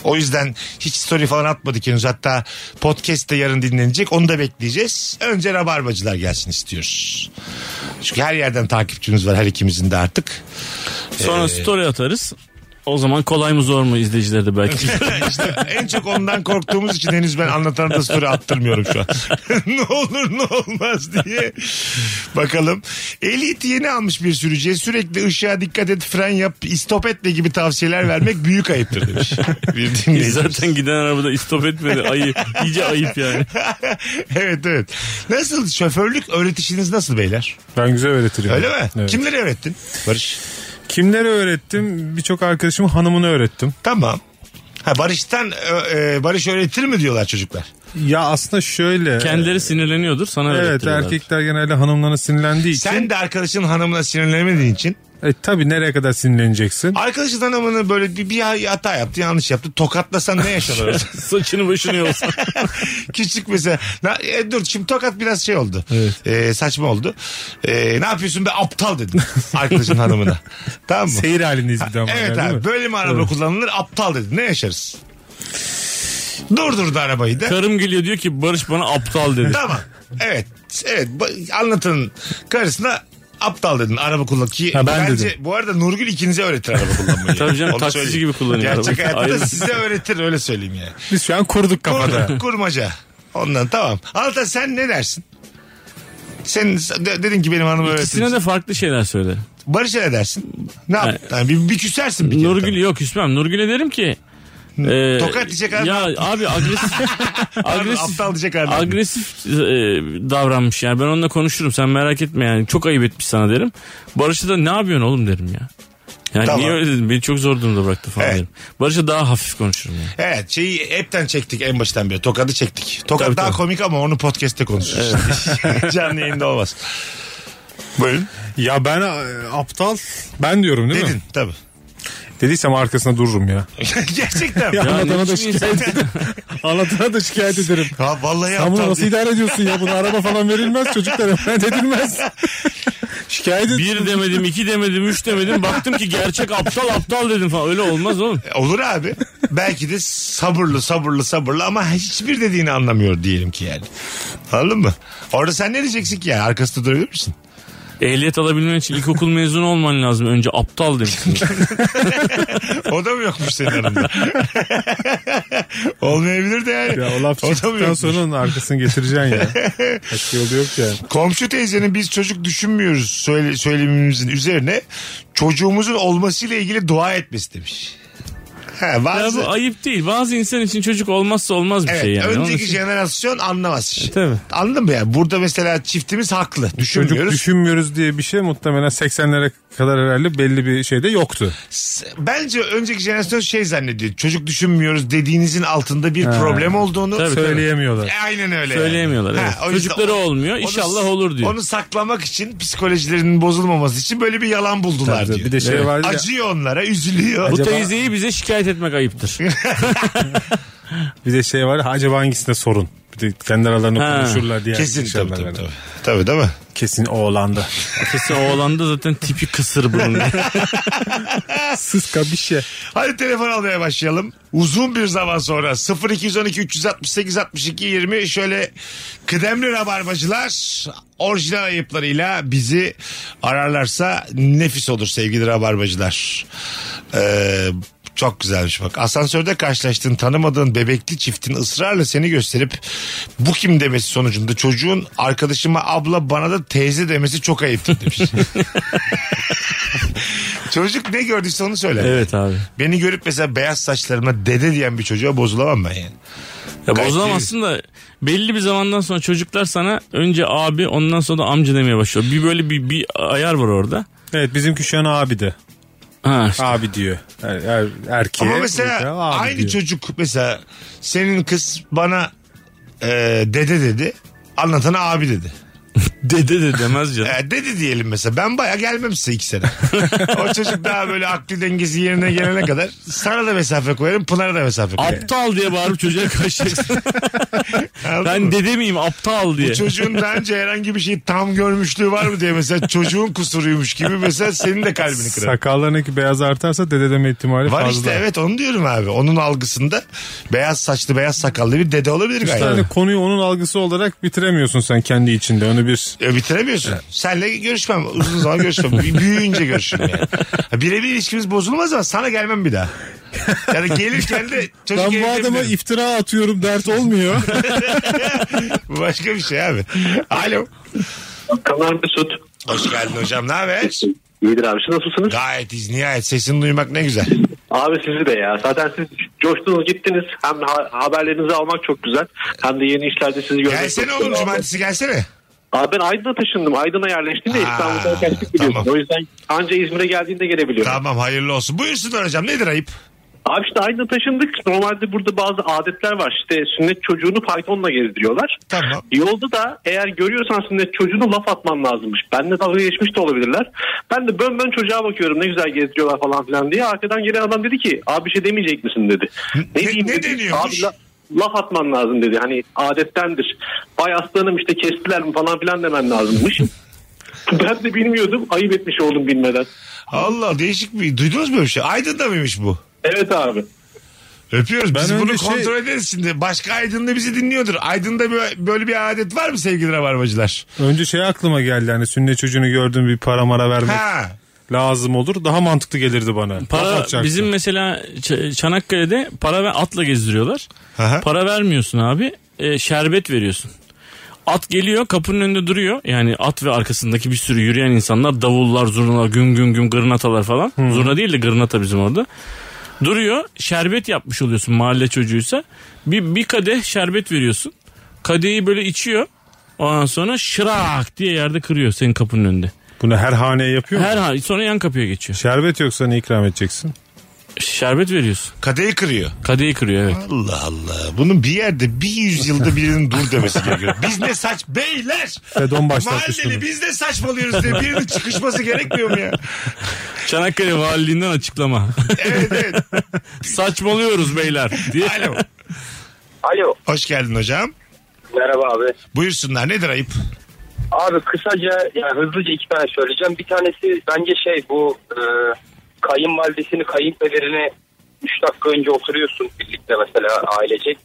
[SPEAKER 3] O yüzden hiç story falan atmadık henüz. Hatta podcast de yarın dinlenecek. Onu da bekleyeceğiz. Önce rabarbacılar gelsin istiyoruz. Çünkü her yerden takipçimiz var her ikimizin de artık.
[SPEAKER 5] Sonra
[SPEAKER 3] Ee.
[SPEAKER 5] story atarız. O zaman kolay mı zor mu izleyiciler de belki.
[SPEAKER 3] İşte en çok ondan korktuğumuz için henüz ben anlatan da story attırmıyorum şu an. ne olur ne olmaz diye. Bakalım. Elite yeni almış bir sürücüye sürekli ışığa dikkat et fren yap istop etme gibi tavsiyeler vermek büyük ayıptır demiş. Bir dinleyicimiz.
[SPEAKER 5] Zaten giden arabada istop etmedi. Ayı, iyice ayıp yani.
[SPEAKER 3] evet evet. Nasıl şoförlük öğretişiniz nasıl beyler?
[SPEAKER 4] Ben güzel öğretirim.
[SPEAKER 3] Öyle mi?
[SPEAKER 4] Evet.
[SPEAKER 3] Kimleri öğrettin? Barış.
[SPEAKER 4] Kimlere öğrettim? Birçok arkadaşımın hanımını öğrettim.
[SPEAKER 3] Tamam. Ha Barış'tan ö- e, Barış öğretir mi diyorlar çocuklar?
[SPEAKER 4] Ya aslında şöyle.
[SPEAKER 5] Kendileri sinirleniyordur sana
[SPEAKER 4] Evet
[SPEAKER 5] öğrettiriyorlar.
[SPEAKER 4] erkekler genelde hanımlarına sinirlendiği için.
[SPEAKER 3] Sen de arkadaşın hanımına sinirlenmediğin için
[SPEAKER 4] E, tabii nereye kadar sinirleneceksin?
[SPEAKER 3] Arkadaşın hanımını böyle bir, bir hata yaptı yanlış yaptı tokatlasan ne yaşanır?
[SPEAKER 5] Saçını başını yolsa.
[SPEAKER 3] Küçük mesela. Na, e, dur şimdi tokat biraz şey oldu. E, saçma oldu. E, ne yapıyorsun be aptal dedim arkadaşın hanımına. Tamam mı?
[SPEAKER 4] Seyir halindeyiz bir de ama. yani,
[SPEAKER 3] evet
[SPEAKER 4] değil
[SPEAKER 3] abi
[SPEAKER 4] mi?
[SPEAKER 3] böyle mi araba kullanılır aptal dedim ne yaşarız? Durdurdu arabayı da.
[SPEAKER 5] Karım geliyor diyor ki Barış bana aptal dedi.
[SPEAKER 3] tamam. Evet. Evet. Ba- Anlatın karısına aptal dedin araba kullan ki
[SPEAKER 4] Ha, ben
[SPEAKER 3] bence
[SPEAKER 4] dedim.
[SPEAKER 3] bu arada Nurgül ikinize öğretir araba kullanmayı.
[SPEAKER 5] Tabii canım,
[SPEAKER 3] Onu
[SPEAKER 5] taksici gibi kullanıyor
[SPEAKER 3] Gerçek
[SPEAKER 5] arabayı.
[SPEAKER 3] hayatta da
[SPEAKER 5] Ayrı.
[SPEAKER 3] size öğretir öyle söyleyeyim yani.
[SPEAKER 4] Biz şu an kurduk kafada.
[SPEAKER 3] Kur, kurmaca. Ondan tamam. Altan sen ne dersin? Sen de- dedin ki benim hanım öğretir.
[SPEAKER 5] İkisine de farklı şeyler söyle.
[SPEAKER 3] Barış'a ne dersin? Ne yap? Yani bir, bir küsersin bir kere.
[SPEAKER 5] Nurgül yok küsmem. Nurgül'e derim ki e,
[SPEAKER 3] Tokat diyecek abi.
[SPEAKER 5] Ya abi agresif
[SPEAKER 3] Pardon,
[SPEAKER 5] agresif
[SPEAKER 3] aptal diyecek abi.
[SPEAKER 5] agresif e, davranmış yani ben onunla konuşurum sen merak etme yani çok ayıp etmiş sana derim. Barış'a da ne yapıyorsun oğlum derim ya. Yani
[SPEAKER 3] Tamam.
[SPEAKER 5] niye öyle dedim? Beni çok zor durumda bıraktı falan
[SPEAKER 3] Evet.
[SPEAKER 5] derim. Barış'a daha hafif konuşurum yani.
[SPEAKER 3] Evet şeyi hepten çektik en baştan beri. Tokadı çektik. Tokat
[SPEAKER 5] Tabii,
[SPEAKER 3] daha
[SPEAKER 5] tabii.
[SPEAKER 3] komik ama onu podcast'te konuşuruz. Canlı yayında olmaz. Buyurun.
[SPEAKER 4] Ya ben e, aptal ben diyorum değil
[SPEAKER 3] Dedin
[SPEAKER 4] mi?
[SPEAKER 3] tabii.
[SPEAKER 4] Dediysem arkasında dururum ya.
[SPEAKER 3] Gerçekten.
[SPEAKER 4] Ya,
[SPEAKER 5] Yani
[SPEAKER 4] anlatana, da
[SPEAKER 5] kim
[SPEAKER 4] şikayet ederim. anlatana da şikayet ederim.
[SPEAKER 3] Ha vallahi
[SPEAKER 4] Sen bunu
[SPEAKER 3] aptal
[SPEAKER 4] nasıl
[SPEAKER 3] değil.
[SPEAKER 4] idare ediyorsun ya? Buna araba falan verilmez çocuklara emanet edilmez. şikayet et.
[SPEAKER 5] Bir demedim, iki demedim, üç demedim. Baktım ki gerçek aptal aptal dedim falan. Öyle olmaz oğlum.
[SPEAKER 3] Olur abi. Belki de sabırlı sabırlı sabırlı ama hiçbir dediğini anlamıyor diyelim ki yani. Anladın mı? Orada sen ne diyeceksin ki yani? Arkasında durabilir misin?
[SPEAKER 5] Ehliyet alabilmen için ilkokul mezunu olman lazım. Önce aptal demişsin.
[SPEAKER 3] O da mı yokmuş senin yanında? Olmayabilir de yani.
[SPEAKER 4] Ya o laf
[SPEAKER 3] da mı
[SPEAKER 4] çıktıktan
[SPEAKER 3] yokmuş?
[SPEAKER 4] sonra onun arkasını getireceksin ya. Başka yolu yok yani.
[SPEAKER 3] Komşu teyzenin biz çocuk düşünmüyoruz söyle, söylemimizin üzerine çocuğumuzun olmasıyla ilgili dua etmesi demiş. Ha,
[SPEAKER 5] Ya
[SPEAKER 3] bazı,
[SPEAKER 5] bu ayıp değil. Bazı insan için çocuk olmazsa olmaz bir
[SPEAKER 3] evet,
[SPEAKER 5] şey yani. Onun
[SPEAKER 3] önceki
[SPEAKER 5] için-
[SPEAKER 3] jenerasyon anlamaz.
[SPEAKER 5] tabii.
[SPEAKER 3] Anladın mı yani? Burada mesela çiftimiz haklı.
[SPEAKER 4] Çocuk
[SPEAKER 3] Düşünmüyoruz.
[SPEAKER 4] düşünmüyoruz diye bir şey muhtemelen 80'lere kadar herhalde belli bir şeyde yoktu.
[SPEAKER 3] S- Bence önceki jenerasyon şey zannediyor. Çocuk düşünmüyoruz dediğinizin altında bir problem olduğunu
[SPEAKER 5] Tabii, tabii.
[SPEAKER 4] Söyleyemiyorlar.
[SPEAKER 3] E, Aynen öyle.
[SPEAKER 5] Söyleyemiyorlar,
[SPEAKER 3] Ha,
[SPEAKER 5] evet.
[SPEAKER 3] o yüzden
[SPEAKER 5] Çocukları olmuyor, inşallah olur diyor.
[SPEAKER 3] Onu saklamak için psikolojilerinin bozulmaması için böyle bir yalan buldular
[SPEAKER 4] Tabii,
[SPEAKER 3] diyor.
[SPEAKER 4] Bir de şey var ya.
[SPEAKER 3] Acıyor onlara, üzülüyor.
[SPEAKER 5] Bu
[SPEAKER 4] Acaba-
[SPEAKER 5] teyzeyi bize şikayet etmek ayıptır.
[SPEAKER 4] Bir de şey var. Acaba hangisinde sorun? Bir de kendi aralarında
[SPEAKER 5] Ha.
[SPEAKER 4] konuşurlar diye.
[SPEAKER 3] Kesin
[SPEAKER 4] Şey
[SPEAKER 3] tabii, tabii,
[SPEAKER 4] yaparlar.
[SPEAKER 3] tabii. Tabii değil mi?
[SPEAKER 4] Kesin oğlanda.
[SPEAKER 5] Kesin oğlan da zaten tipi kısır bunun.
[SPEAKER 4] Sıska bir şey.
[SPEAKER 3] Hadi telefon almaya başlayalım. Uzun bir zaman sonra 0212 368 62 20 şöyle kıdemli rabarbacılar orijinal ayıplarıyla bizi ararlarsa nefis olur sevgili rabarbacılar. Ee, çok güzelmiş bak. Asansörde karşılaştığın tanımadığın bebekli çiftin ısrarla seni gösterip bu kim demesi sonucunda çocuğun arkadaşıma abla bana da teyze demesi çok ayıptır demiş. Çocuk ne gördüyse onu söyler.
[SPEAKER 5] evet abi.
[SPEAKER 3] Beni görüp mesela beyaz saçlarıma dede diyen bir çocuğa bozulamam ben yani.
[SPEAKER 5] Ya
[SPEAKER 3] Gayet
[SPEAKER 5] bozulamazsın da belli bir zamandan sonra çocuklar sana önce abi ondan sonra da amca demeye başlıyor. Bir böyle bir, bir ayar var orada.
[SPEAKER 4] Evet bizimki şu an abi de.
[SPEAKER 5] Ha,
[SPEAKER 4] Abi diyor. Er, er- erkeğe.
[SPEAKER 3] Ama mesela
[SPEAKER 4] erkeğe abi
[SPEAKER 3] aynı
[SPEAKER 4] diyor.
[SPEAKER 3] çocuk mesela senin kız bana e, dede dedi. Anlatana abi dedi.
[SPEAKER 5] dede de demez canım.
[SPEAKER 3] E, dede diyelim mesela. Ben baya gelmem size iki sene. o çocuk daha böyle akli dengesi yerine gelene kadar sana da mesafe koyarım, Pınar'a da mesafe koyarım.
[SPEAKER 5] aptal diye bağırıp çocuğa karşılayacaksın.
[SPEAKER 3] Anladın mı?
[SPEAKER 5] ben dede miyim aptal diye.
[SPEAKER 3] Çocuğun daha önce herhangi bir şeyi tam görmüşlüğü var mı diye mesela çocuğun kusuruymuş gibi mesela senin de kalbini kırar.
[SPEAKER 4] Sakallarındaki beyaz artarsa dede deme ihtimali
[SPEAKER 3] Var
[SPEAKER 4] fazla.
[SPEAKER 3] işte evet onu diyorum abi. Onun algısında beyaz saçlı beyaz sakallı bir dede olabilir
[SPEAKER 4] Bir
[SPEAKER 3] gayet.
[SPEAKER 4] tane hani konuyu onun algısı olarak bitiremiyorsun sen kendi içinde. Onu bir
[SPEAKER 3] E, bitiremiyorsun. Senle görüşmem. Uzun zaman görüşmem. Bir Büyüyünce görüşürüm yani. Ha, Birebir ilişkimiz bozulmaz ama sana gelmem bir daha. Yani gelirken de çocuk
[SPEAKER 4] ben bu
[SPEAKER 3] evlenmiyor.
[SPEAKER 4] adama iftira atıyorum dert olmuyor.
[SPEAKER 3] Bu başka bir şey abi. Alo.
[SPEAKER 8] Kanal Mesut.
[SPEAKER 3] Hoş geldin hocam. Ne haber?
[SPEAKER 8] İyidir abi. Siz nasılsınız?
[SPEAKER 3] Gayet iz nihayet sesini duymak ne güzel.
[SPEAKER 8] Abi sizi de ya. Zaten siz coştunuz gittiniz. Hem ha- haberlerinizi almak çok güzel. Hem de yeni işlerde sizi görmek
[SPEAKER 3] Gelsene
[SPEAKER 8] çok güzel
[SPEAKER 3] oğlum
[SPEAKER 8] abi.
[SPEAKER 3] cumartesi gelsene.
[SPEAKER 8] Abi ben Aydın'a taşındım. Aydın'a yerleştim de
[SPEAKER 3] Aa,
[SPEAKER 8] İstanbul'da kaçtık biliyorsun.
[SPEAKER 3] tamam.
[SPEAKER 8] O yüzden anca İzmir'e geldiğinde gelebiliyorum.
[SPEAKER 3] Tamam hayırlı olsun. Buyursunlar hocam nedir ayıp?
[SPEAKER 8] Abi işte Aydın'a taşındık. Normalde burada bazı adetler var. İşte sünnet çocuğunu faytonla gezdiriyorlar.
[SPEAKER 3] Tamam.
[SPEAKER 8] Yolda da eğer görüyorsan sünnet çocuğunu laf atman lazımmış. Ben de dalga geçmiş de olabilirler. Ben de bön bön çocuğa bakıyorum ne güzel gezdiriyorlar falan filan diye. Arkadan gelen adam dedi ki abi bir şey demeyecek misin dedi.
[SPEAKER 3] Ne- ne
[SPEAKER 8] dedi.
[SPEAKER 3] deniyormuş?
[SPEAKER 8] Abi la- laf atman lazım dedi. Hani adettendir. Vay aslanım işte kestiler mi falan filan demen lazımmış. ben de bilmiyordum. Ayıp etmiş oldum bilmeden.
[SPEAKER 3] Allah değişik bir duydunuz mu böyle bir şey? Aydın'da mıymış bu?
[SPEAKER 8] Evet abi.
[SPEAKER 3] Öpüyoruz. Biz
[SPEAKER 4] Ben
[SPEAKER 3] bunu
[SPEAKER 4] öyle şey-
[SPEAKER 3] kontrol ederiz şimdi. Başka Aydın'da bizi dinliyordur. Aydın'da bö- böyle bir adet var mı sevgili rabarbacılar?
[SPEAKER 4] Önce şey aklıma geldi hani sünnet çocuğunu gördüm bir para mara vermek
[SPEAKER 3] Ha.
[SPEAKER 4] lazım olur. Daha mantıklı gelirdi bana. Laf
[SPEAKER 5] Para
[SPEAKER 4] atacaktı.
[SPEAKER 5] bizim mesela Ç- Çanakkale'de para ve atla gezdiriyorlar.
[SPEAKER 3] Aha.
[SPEAKER 5] Para vermiyorsun abi. e, şerbet veriyorsun. At geliyor kapının önünde duruyor. Yani at ve arkasındaki bir sürü yürüyen insanlar davullar, zurnalar, güm güm güm gırnatalar falan. Zurna değil de gırnata bizim orada. Duruyor. Şerbet yapmış oluyorsun mahalle çocuğuysa. Bir, bir kadeh şerbet veriyorsun. Kadehi böyle içiyor. Ondan sonra şırak diye yerde kırıyor senin kapının önünde.
[SPEAKER 4] Bunu her haneye yapıyor
[SPEAKER 5] Her
[SPEAKER 4] mu?
[SPEAKER 5] ha sonra yan kapıya geçiyor.
[SPEAKER 4] Şerbet yoksa ne ikram edeceksin?
[SPEAKER 5] Şerbet veriyorsun.
[SPEAKER 3] Kadeyi kırıyor.
[SPEAKER 5] Kadeyi kırıyor evet.
[SPEAKER 3] Allah Allah. Bunun bir yerde bir yüzyılda birinin dur demesi gerekiyor. Biz ne saç beyler.
[SPEAKER 4] Fedon başlatmış
[SPEAKER 3] Mahalleli
[SPEAKER 4] bunu.
[SPEAKER 3] biz ne saçmalıyoruz diye birinin çıkışması gerekmiyor mu ya?
[SPEAKER 5] Çanakkale Valiliğinden açıklama.
[SPEAKER 3] Evet evet.
[SPEAKER 5] Saçmalıyoruz beyler diye.
[SPEAKER 3] Alo.
[SPEAKER 9] Alo.
[SPEAKER 3] Hoş geldin hocam.
[SPEAKER 9] Merhaba abi.
[SPEAKER 3] Buyursunlar nedir ayıp?
[SPEAKER 9] Abi kısaca yani hızlıca iki tane söyleyeceğim. Bir tanesi bence şey bu e, kayınvalidesini kayınpederini 3 dakika önce oturuyorsun birlikte mesela ailecek.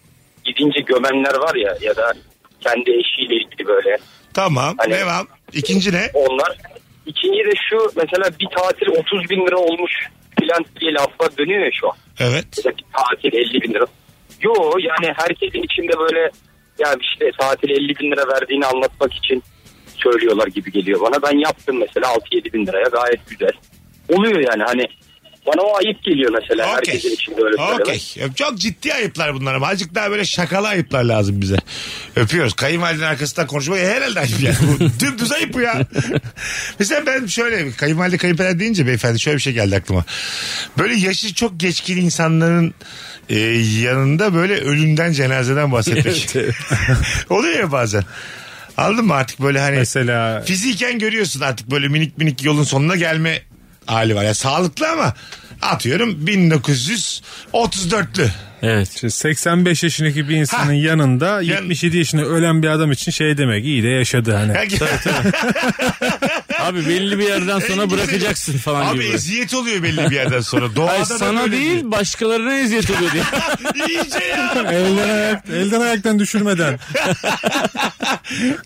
[SPEAKER 9] Gidince gömenler var ya ya da kendi eşiyle ilgili böyle
[SPEAKER 3] Tamam
[SPEAKER 9] Alo.
[SPEAKER 3] devam. İkinci ne?
[SPEAKER 9] Hani onlar. İkinci de şu mesela bir tatil 30 bin lira olmuş filan diye laflar dönüyor ya şu an.
[SPEAKER 3] Evet.
[SPEAKER 9] Mesela bir tatil 50 bin lira. Yo yani herkesin içinde böyle ya işte tatil 50 bin lira verdiğini anlatmak için söylüyorlar gibi geliyor bana. Ben yaptım mesela 6-7 bin liraya gayet güzel. Oluyor yani hani bana o ayıp geliyor mesela
[SPEAKER 3] Okey.
[SPEAKER 9] herkesin içinde öyle şey söylemek.
[SPEAKER 3] Okey. Çok ciddi ayıplar bunlar ama azıcık daha böyle şakalı ayıplar lazım bize. Öpüyoruz. Kayınvalidenin arkasından konuşmak herhalde ayıp yani. Bu dümdüz ayıp bu ya. Mesela ben şöyle kayınvalide kayınpeder deyince beyefendi şöyle bir şey geldi aklıma. Böyle yaşı çok geçkin insanların e, yanında böyle ölümden cenazeden bahsetmek. Oluyor ya bazen. Anladın mı artık böyle hani
[SPEAKER 4] Mesela
[SPEAKER 3] fiziken görüyorsun artık böyle minik minik yolun sonuna gelme hali var. Ya sağlıklı ama atıyorum 1934'lü.
[SPEAKER 5] Evet.
[SPEAKER 4] işte 85 yaşındaki bir insanın
[SPEAKER 3] Ha.
[SPEAKER 4] yanında 77 yaşında ölen bir adam için şey demek iyi de yaşadı hani.
[SPEAKER 3] Yani-
[SPEAKER 5] Abi belli bir yerden sonra bırakacaksın falan
[SPEAKER 3] Abi
[SPEAKER 5] gibi.
[SPEAKER 3] eziyet oluyor belli bir yerden sonra. Doğada
[SPEAKER 5] Hayır,
[SPEAKER 3] da
[SPEAKER 5] sana
[SPEAKER 3] böyle
[SPEAKER 5] değil başkalarına eziyet oluyor diye.
[SPEAKER 3] İyice ya.
[SPEAKER 4] Elden, ayak, elden ayaktan düşürmeden.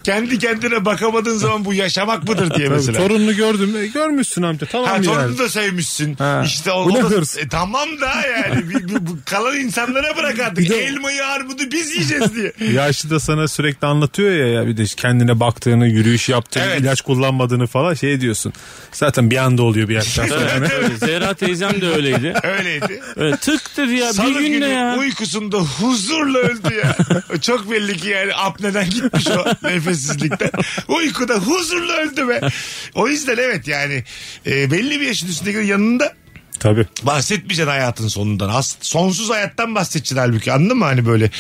[SPEAKER 3] Kendi kendine bakamadığın zaman bu yaşamak mıdır diye mesela.
[SPEAKER 4] Torununu gördün mü? E, Görmüşsün amca tamam
[SPEAKER 3] Ha,
[SPEAKER 4] yani.
[SPEAKER 3] torununu da sevmişsin.
[SPEAKER 4] Ha.
[SPEAKER 3] İşte o,
[SPEAKER 4] Bu ne
[SPEAKER 3] o da-
[SPEAKER 4] hırs?
[SPEAKER 3] E, tamam da yani. Bir- bir- bu kalan insanlara bırak artık.
[SPEAKER 4] Bir de-
[SPEAKER 3] Elmayı armudu biz yiyeceğiz diye.
[SPEAKER 4] Yaşlı da sana sürekli anlatıyor ya, ya bir de kendine baktığını, yürüyüş yaptığını,
[SPEAKER 3] Evet.
[SPEAKER 4] ilaç kullanmadığını falan şey diyorsun. Zaten bir anda oluyor bir yaştan sonra.
[SPEAKER 5] Evet, öyle. Zehra teyzem de öyleydi.
[SPEAKER 3] Öyleydi.
[SPEAKER 5] Öyle tık dedi ya
[SPEAKER 3] Salı
[SPEAKER 5] bir
[SPEAKER 3] günü
[SPEAKER 5] günde ya.
[SPEAKER 3] uykusunda huzurla öldü ya. Çok belli ki yani apneden gitmiş o nefessizlikten. Uykuda huzurla öldü be. O yüzden evet yani e, belli bir yaşın üstündeki yanında
[SPEAKER 4] Tabii.
[SPEAKER 3] bahsetmeyeceksin hayatın sonundan. As- sonsuz hayattan bahsedeceksin halbuki anladın mı? Hani böyle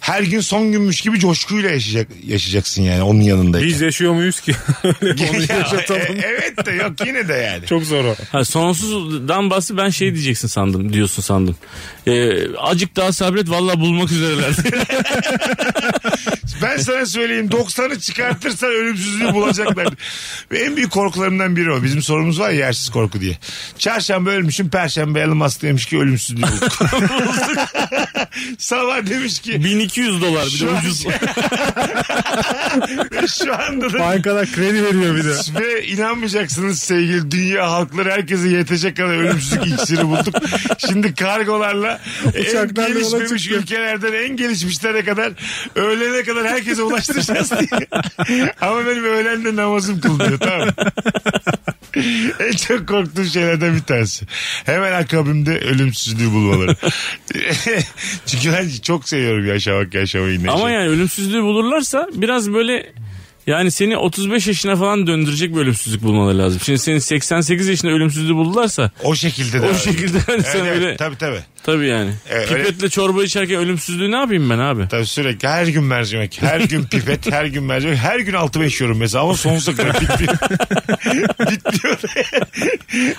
[SPEAKER 3] her gün son günmüş gibi coşkuyla yaşayacak, yaşayacaksın yani onun yanındayken.
[SPEAKER 4] Biz yaşıyor muyuz ki? Öyle
[SPEAKER 3] Ya,
[SPEAKER 4] konuyu yaşatalım.
[SPEAKER 3] e- evet de yok yine de yani.
[SPEAKER 4] Çok zor o.
[SPEAKER 5] Ha, sonsuzdan bahsi ben şey diyeceksin sandım diyorsun sandım. Ee, acık daha sabret valla bulmak üzereler.
[SPEAKER 3] Ben sana söyleyeyim 90'ı çıkartırsan ölümsüzlüğü bulacaklar. Ve en büyük korkularımdan biri o. Bizim sorumuz var ya yersiz korku diye. Çarşamba ölmüşüm, perşembe Elon Musk demiş ki ölümsüzlüğü bulduk. Sabah demiş ki
[SPEAKER 5] 1200 dolar bir de
[SPEAKER 3] Şu an-
[SPEAKER 5] ucuz.
[SPEAKER 3] şu anda da
[SPEAKER 4] Bankalar kredi veriyor bir de.
[SPEAKER 3] ve inanmayacaksınız sevgili dünya halkları herkese yetecek kadar ölümsüzlük iksiri bulduk. Şimdi kargolarla
[SPEAKER 4] Uçaklarla
[SPEAKER 3] en
[SPEAKER 4] yola
[SPEAKER 3] gelişmemiş
[SPEAKER 4] çıkıyor.
[SPEAKER 3] ülkelerden en gelişmişlere kadar öğlene kadar herkese ulaştıracağız diye. Ama benim öğlen de namazım kılınıyor tamam mı? En çok korktuğum şeylerden bir tanesi. Hemen akabimde ölümsüzlüğü bulmaları. Çünkü ben çok seviyorum yaşamak yaşamayı. neşeyi.
[SPEAKER 5] Ama yani ölümsüzlüğü bulurlarsa biraz böyle yani seni 35 yaşına falan döndürecek bir ölümsüzlük bulmaları lazım. Şimdi senin 88 yaşında ölümsüzlüğü bulurlarsa
[SPEAKER 3] O şekilde de.
[SPEAKER 5] o şekilde hani sen
[SPEAKER 3] Evet,
[SPEAKER 5] öyle
[SPEAKER 3] Tabii tabii.
[SPEAKER 5] tabii yani.
[SPEAKER 3] Evet, öyle-
[SPEAKER 5] Pipetle çorba içerken ölümsüzlüğü ne yapayım ben abi?
[SPEAKER 3] Tabii sürekli her gün mercimek, her gün pipet, her gün mercimek, her gün altı beş yiyorum mesela ama sonsuza kadar bitmiyor. bitmiyor.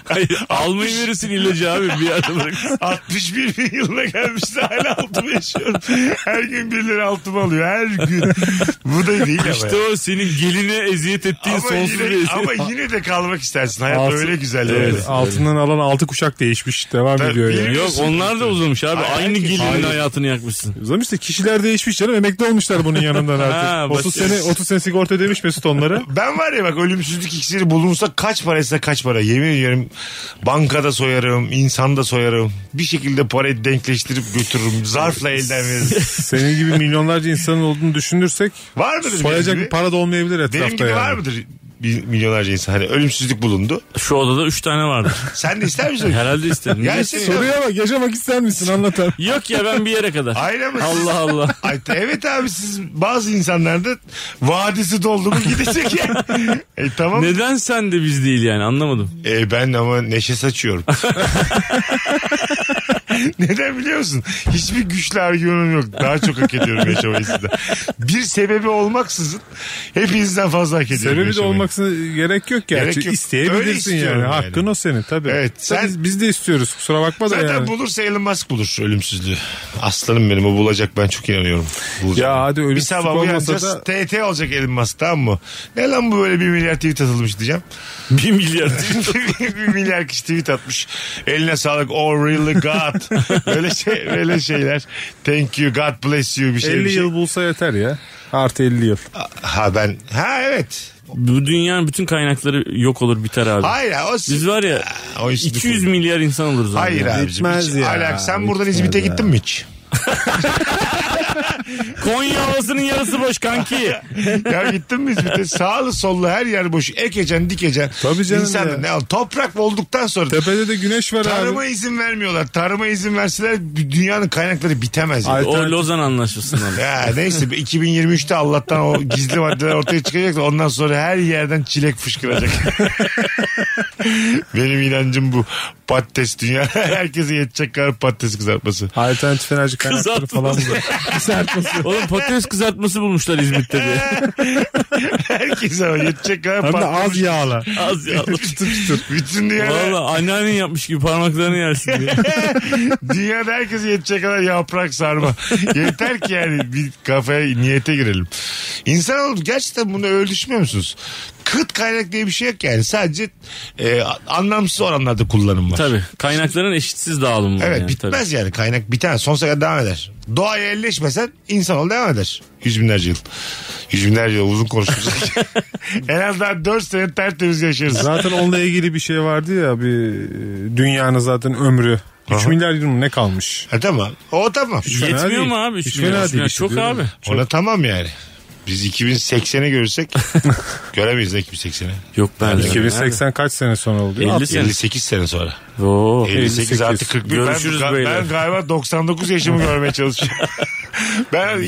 [SPEAKER 5] Hayır, almayı verirsin ilacı abi bir yerde bırakırsın.
[SPEAKER 3] 61 bin yılına gelmiş de hala altı beş yiyorum. Her gün birileri altımı alıyor her gün. Bu da değil ama.
[SPEAKER 5] İşte o senin geline eziyet ettiğin
[SPEAKER 3] Ama
[SPEAKER 5] sonsuz bir
[SPEAKER 3] yine,
[SPEAKER 5] eziyet.
[SPEAKER 3] ama yine de kalmak istersin. Hayat
[SPEAKER 4] Altı-
[SPEAKER 3] öyle güzel. yani.
[SPEAKER 4] Evet, altından alan altı kuşak değişmiş. Devam
[SPEAKER 3] Tabii,
[SPEAKER 4] ediyor
[SPEAKER 3] bir-
[SPEAKER 4] yani.
[SPEAKER 5] Yok onlar da uzamış abi.
[SPEAKER 3] Hayır,
[SPEAKER 5] Aynı
[SPEAKER 3] herkes-
[SPEAKER 5] gelinin
[SPEAKER 3] Hayır.
[SPEAKER 5] hayatını yakmışsın.
[SPEAKER 4] Zaman işte kişiler değişmiş canım. Emekli olmuşlar bunun yanından
[SPEAKER 5] Ha,
[SPEAKER 4] artık. 30
[SPEAKER 5] basit.
[SPEAKER 4] sene 30 sene sigorta ödemiş Mesut onlara.
[SPEAKER 3] Ben var ya bak ölümsüzlük iksiri bulunsa kaç paraysa kaç para. Yemin ediyorum bankada soyarım, insanda soyarım. Bir şekilde parayı denkleştirip götürürüm. Zarfla elden veririm.
[SPEAKER 4] Senin gibi milyonlarca insanın olduğunu düşünürsek
[SPEAKER 3] Var mıdır benim
[SPEAKER 4] soyacak
[SPEAKER 3] gibi?
[SPEAKER 4] bir para da olmayabilir
[SPEAKER 3] Benim
[SPEAKER 4] etrafta
[SPEAKER 3] gibi
[SPEAKER 4] yani.
[SPEAKER 3] var mıdır? bin- milyonlarca insan. Hani ölümsüzlük bulundu.
[SPEAKER 5] Şu odada 3 tane vardı.
[SPEAKER 3] Sen de ister misin?
[SPEAKER 5] Herhalde istedim.
[SPEAKER 3] Ya
[SPEAKER 5] Niye-
[SPEAKER 3] sen-
[SPEAKER 4] Soruya bak yaşamak ister misin anlat abi.
[SPEAKER 5] Yok ya ben bir yere kadar.
[SPEAKER 3] Aynen mi?
[SPEAKER 5] Allah Allah.
[SPEAKER 3] Ay, evet abi siz bazı insanlarda vadisi doldu mu gidecek ya. e, tamam.
[SPEAKER 5] Neden sen de biz değil yani anlamadım.
[SPEAKER 3] E, ben ama neşe saçıyorum. Neden biliyor musun? Hiçbir güçlü argümanım yok. Daha çok hak ediyorum yaşamayı sizden. Bir sebebi olmaksızın hepinizden fazla hak ediyorum
[SPEAKER 4] Sebebi de
[SPEAKER 3] yaşamayı.
[SPEAKER 4] olmaksına gerek yok gerçi.
[SPEAKER 3] Gerek yok. Öyle
[SPEAKER 4] İsteyebilirsin
[SPEAKER 3] istiyorum
[SPEAKER 4] yani.
[SPEAKER 3] yani.
[SPEAKER 4] Hakkın o senin tabii.
[SPEAKER 3] Evet,
[SPEAKER 4] Tabii
[SPEAKER 3] sen-
[SPEAKER 4] Biz, biz de istiyoruz kusura bakma da
[SPEAKER 3] Zaten
[SPEAKER 4] yani.
[SPEAKER 3] bulursa Elon Musk bulur ölümsüzlüğü. Aslanım benim o bulacak ben çok inanıyorum. Bulacak.
[SPEAKER 4] Ya hadi
[SPEAKER 3] Bir
[SPEAKER 4] ölümsüzlük
[SPEAKER 3] sabah
[SPEAKER 4] olmasa
[SPEAKER 3] uyanacağız
[SPEAKER 4] da-
[SPEAKER 3] TT olacak Elon Musk tamam mı? Ne lan bu böyle bir milyar tweet atılmış diyeceğim.
[SPEAKER 5] Bir milyar.
[SPEAKER 3] bir milyar kişi tweet atmış. Eline sağlık. Oh really God. Böyle şey, böyle şeyler. Thank you. God bless you. Bir şey.
[SPEAKER 4] 50
[SPEAKER 3] bir şey.
[SPEAKER 4] yıl bulsa yeter ya. Artı 50 yıl.
[SPEAKER 3] Ha ben. Ha evet.
[SPEAKER 5] Bu dünyanın bütün kaynakları yok olur biter abi.
[SPEAKER 3] Hayır. ha, O,
[SPEAKER 5] Biz var ya
[SPEAKER 3] o işi
[SPEAKER 5] 200
[SPEAKER 3] düşünme.
[SPEAKER 5] milyar insan oluruz abi.
[SPEAKER 3] Hayır
[SPEAKER 5] Ya.
[SPEAKER 3] abicim.
[SPEAKER 4] Bitmez
[SPEAKER 3] hiç
[SPEAKER 4] ya.
[SPEAKER 3] alak- sen buradan
[SPEAKER 4] Bitmez
[SPEAKER 3] İzmit'e
[SPEAKER 4] ya.
[SPEAKER 3] gittin mi hiç?
[SPEAKER 5] Konya havasının yarısı boş kanki.
[SPEAKER 3] ya gittin mi İzmit'e? Sağlı sollu her yer boş. Ekecen dikeceksin.
[SPEAKER 4] Tabii canım
[SPEAKER 3] İnsan
[SPEAKER 4] ya.
[SPEAKER 3] ne al? Toprak olduktan sonra.
[SPEAKER 4] Tepede de güneş var
[SPEAKER 3] Tarıma
[SPEAKER 4] abi.
[SPEAKER 3] izin vermiyorlar. Tarıma izin verseler dünyanın kaynakları bitemez. ya.
[SPEAKER 4] Ay,
[SPEAKER 5] O Lozan anlaşmasından.
[SPEAKER 3] Ya neyse 2023'te Allah'tan o gizli maddeler ortaya çıkacak da ondan sonra her yerden çilek fışkıracak. Benim inancım bu. Patates dünya. Herkese yetecek kadar patates kızartması.
[SPEAKER 4] Alternatif enerji kaynakları
[SPEAKER 5] Kızartması.
[SPEAKER 4] falan bu.
[SPEAKER 5] Oğlum patates kızartması bulmuşlar İzmit'te de.
[SPEAKER 3] Herkese o yetecek kadar
[SPEAKER 4] Hem de
[SPEAKER 3] patates.
[SPEAKER 4] az yağla.
[SPEAKER 5] Az ya.
[SPEAKER 3] Çıtır çıtır. Bütün dünyada,
[SPEAKER 5] Valla anneannen yapmış gibi parmaklarını yersin diye.
[SPEAKER 3] dünyada herkese yetecek kadar yaprak sarma. Yeter ki yani bir kafaya niyete girelim. İnsan oğlum gerçekten bunu öyle düşünmüyor musunuz? Kıt kaynak diye bir şey yok yani. Sadece e, anlamsız oranlarda kullanım var.
[SPEAKER 5] Tabii Kaynakların eşitsiz dağılımı var
[SPEAKER 3] Evet
[SPEAKER 5] yani, tabii.
[SPEAKER 3] bitmez yani kaynak biter sonsuza kadar devam eder. Doğaya elleşmesen insanoğlu devam eder. Yüz binlerce yıl. Yüz binlerce yıl uzun konuşursak. en az daha dört sene tertemiz yaşarız.
[SPEAKER 4] Zaten onunla ilgili bir şey vardı ya bir e, dünyanın zaten ömrü. 3 milyar yıl mı ne kalmış?
[SPEAKER 3] Ha, E, tamam. O tamam.
[SPEAKER 4] Hiç fena
[SPEAKER 5] Yetmiyor
[SPEAKER 4] değil.
[SPEAKER 5] mu abi? Üç
[SPEAKER 4] Hiç
[SPEAKER 5] milyar.
[SPEAKER 4] fena değil.
[SPEAKER 5] Ya
[SPEAKER 4] işte,
[SPEAKER 5] çok
[SPEAKER 4] diyorum.
[SPEAKER 5] abi.
[SPEAKER 3] Ona tamam yani. Biz 2080'i görürsek göremeyiz de 2080'i.
[SPEAKER 5] Yok ben.
[SPEAKER 4] 2080 kaç sene sonra oldu?
[SPEAKER 5] 50 sene.
[SPEAKER 3] 58 sene sonra.
[SPEAKER 5] Oo.
[SPEAKER 3] 58, artı 41.
[SPEAKER 5] Görüşürüz
[SPEAKER 3] ben,
[SPEAKER 5] beyler.
[SPEAKER 3] ben galiba 99 yaşımı görmeye çalışıyorum. ben
[SPEAKER 4] Lale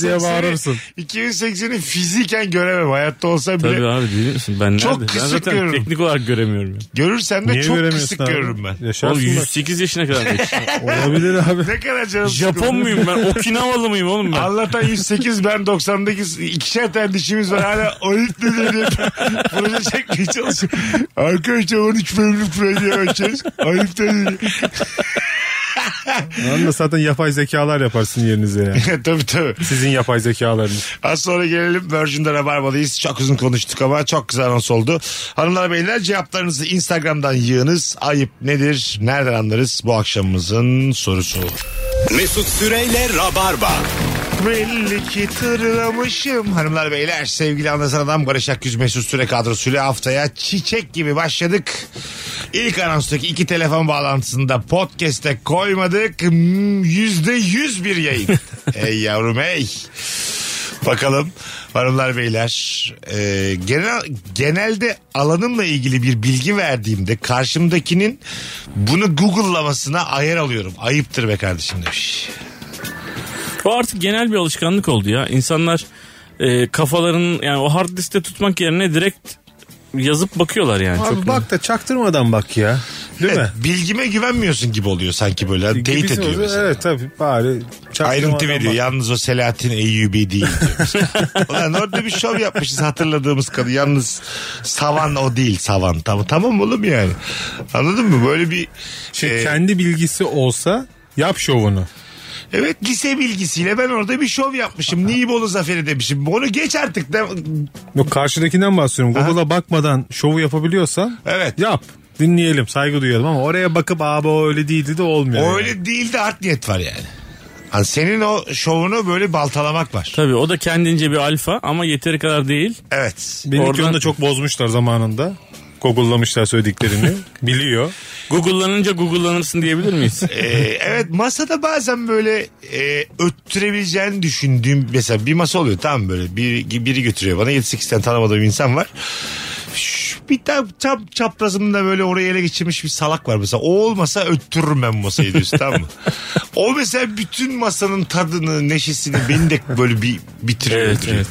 [SPEAKER 4] diye
[SPEAKER 3] 2080'i
[SPEAKER 4] bağırırsın.
[SPEAKER 3] 2080'i fiziken göremem. Hayatta olsa bile.
[SPEAKER 5] Tabii abi değil misin? Ben
[SPEAKER 3] Çok
[SPEAKER 5] nerede? Ben
[SPEAKER 3] kısık
[SPEAKER 5] zaten
[SPEAKER 3] görüyorum.
[SPEAKER 5] teknik olarak göremiyorum. ya.
[SPEAKER 3] Görürsem de
[SPEAKER 4] Niye
[SPEAKER 3] çok
[SPEAKER 4] göremiyorsun
[SPEAKER 3] kısık
[SPEAKER 4] abi?
[SPEAKER 3] görürüm ben.
[SPEAKER 5] Oğlum
[SPEAKER 4] Yaşarsın da.
[SPEAKER 5] 108 yaşına kadar geç.
[SPEAKER 4] Olabilir abi.
[SPEAKER 3] Ne kadar canım
[SPEAKER 5] Japon
[SPEAKER 3] sıkıldı.
[SPEAKER 5] muyum ben? Okinavalı mıyım oğlum ben?
[SPEAKER 3] Allah'tan 108 ben 99 ikişer tane dişimiz var hala olit ne diye proje çekmeye çalışıyorum. Arkadaşlar 13 bölümlük proje ölçeceğiz. Ayıp da değil.
[SPEAKER 4] Anla zaten yapay zekalar yaparsın yerinize yani.
[SPEAKER 3] tabii tabii.
[SPEAKER 4] Sizin yapay zekalarınız.
[SPEAKER 3] Az sonra gelelim Virgin'de Rabarba'dayız. Çok uzun konuştuk ama çok güzel anons oldu. Hanımlar beyler cevaplarınızı Instagram'dan yığınız. Ayıp nedir? Nereden anlarız? Bu akşamımızın sorusu.
[SPEAKER 2] Mesut Süreyle Rabarba.
[SPEAKER 3] Belli ki tırlamışım. Hanımlar beyler sevgili anlatan adam Barış Akgüz Mesut Süre kadrosuyla haftaya çiçek gibi başladık. İlk anonstaki iki telefon bağlantısında podcast'e koymadık. Hmm, Yüzde yüz bir yayın. ey yavrum ey. Bakalım hanımlar beyler e, genel, genelde alanımla ilgili bir bilgi verdiğimde karşımdakinin bunu google'lamasına ayar alıyorum. Ayıptır be kardeşim demiş.
[SPEAKER 5] O artık genel bir alışkanlık oldu ya. İnsanlar e, kafaların yani o hard diskte tutmak yerine direkt yazıp bakıyorlar yani.
[SPEAKER 4] Abi
[SPEAKER 5] Çok
[SPEAKER 4] bak da çaktırmadan bak ya. Değil
[SPEAKER 3] Evet,
[SPEAKER 4] mi?
[SPEAKER 3] bilgime güvenmiyorsun gibi oluyor sanki böyle. Hani Teyit
[SPEAKER 4] Gibisi
[SPEAKER 3] ediyor
[SPEAKER 4] olsa-
[SPEAKER 3] mesela.
[SPEAKER 4] Evet tabii bari çaktırmadan
[SPEAKER 3] Ayrıntı veriyor.
[SPEAKER 4] bak.
[SPEAKER 3] Yalnız o Selahattin Eyyubi değil. diyor mesela. Ulan orada bir şov yapmışız hatırladığımız kadın. Yalnız Savan o değil Savan. Tamam, tamam oğlum yani. Anladın mı? Böyle bir
[SPEAKER 4] Şey,
[SPEAKER 3] e,
[SPEAKER 4] kendi bilgisi olsa yap şovunu.
[SPEAKER 3] Evet lise bilgisiyle ben orada bir şov yapmışım. Nibolu Zaferi demişim. Onu geç artık. De...
[SPEAKER 4] Yok karşıdakinden bahsediyorum. Google'a bakmadan şovu yapabiliyorsan
[SPEAKER 3] Evet.
[SPEAKER 4] yap. Dinleyelim, saygı duyalım ama oraya bakıp abi o öyle değildi de olmuyor.
[SPEAKER 3] O
[SPEAKER 4] yani.
[SPEAKER 3] öyle değil de art niyet var yani. Hani senin o şovunu böyle baltalamak var.
[SPEAKER 5] Tabii o da kendince bir alfa ama yeteri kadar değil.
[SPEAKER 3] Evet.
[SPEAKER 4] Benim
[SPEAKER 5] Oradan-
[SPEAKER 4] onu da çok bozmuşlar zamanında. Google'lamışlar söylediklerini. Biliyor.
[SPEAKER 5] Google'lanınca Google'lanırsın diyebilir miyiz?
[SPEAKER 3] Ee, evet masada bazen böyle e, öttürebileceğini düşündüğüm mesela bir masa oluyor tamam mı? böyle bir, biri götürüyor bana 7-8 tane tanımadığım insan var. bir tam, tam çaprazımda böyle orayı ele geçirmiş bir salak var mesela. O olmasa öttürürüm ben bu masayı diyorsun tamam mı? O mesela bütün masanın tadını, neşesini beni de böyle bir bitiriyor.
[SPEAKER 5] Evet,
[SPEAKER 3] öldürüyor.
[SPEAKER 5] evet.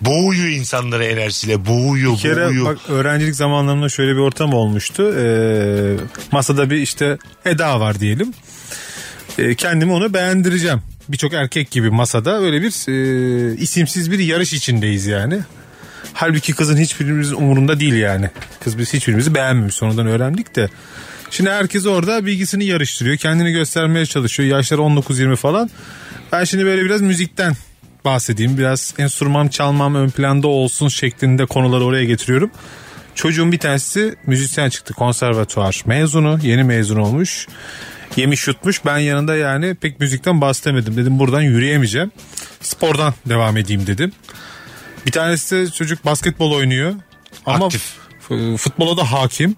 [SPEAKER 3] Boğuyor insanları enerjisiyle. Boğuyor,
[SPEAKER 4] Bir kere
[SPEAKER 3] boğuyor.
[SPEAKER 4] bak öğrencilik zamanlarında şöyle bir ortam olmuştu. Ee, masada bir işte Eda var diyelim. Ee, kendimi ona beğendireceğim. Birçok erkek gibi masada öyle bir e, isimsiz bir yarış içindeyiz yani. Halbuki kızın hiçbirimizin umurunda değil yani. Kız biz hiçbirimizi beğenmemiş sonradan öğrendik de. Şimdi herkes orada bilgisini yarıştırıyor. Kendini göstermeye çalışıyor. Yaşları 19-20 falan. Ben şimdi böyle biraz müzikten bahsedeyim. Biraz enstrüman çalmam ön planda olsun şeklinde konuları oraya getiriyorum. Çocuğun bir tanesi müzisyen çıktı. Konservatuar mezunu. Yeni mezun olmuş. Yemiş yutmuş. Ben yanında yani pek müzikten bahsedemedim. Dedim buradan yürüyemeyeceğim. Spordan devam edeyim dedim. Bir tanesi de çocuk basketbol oynuyor. Ama
[SPEAKER 3] Aktif.
[SPEAKER 4] f- futbola da hakim.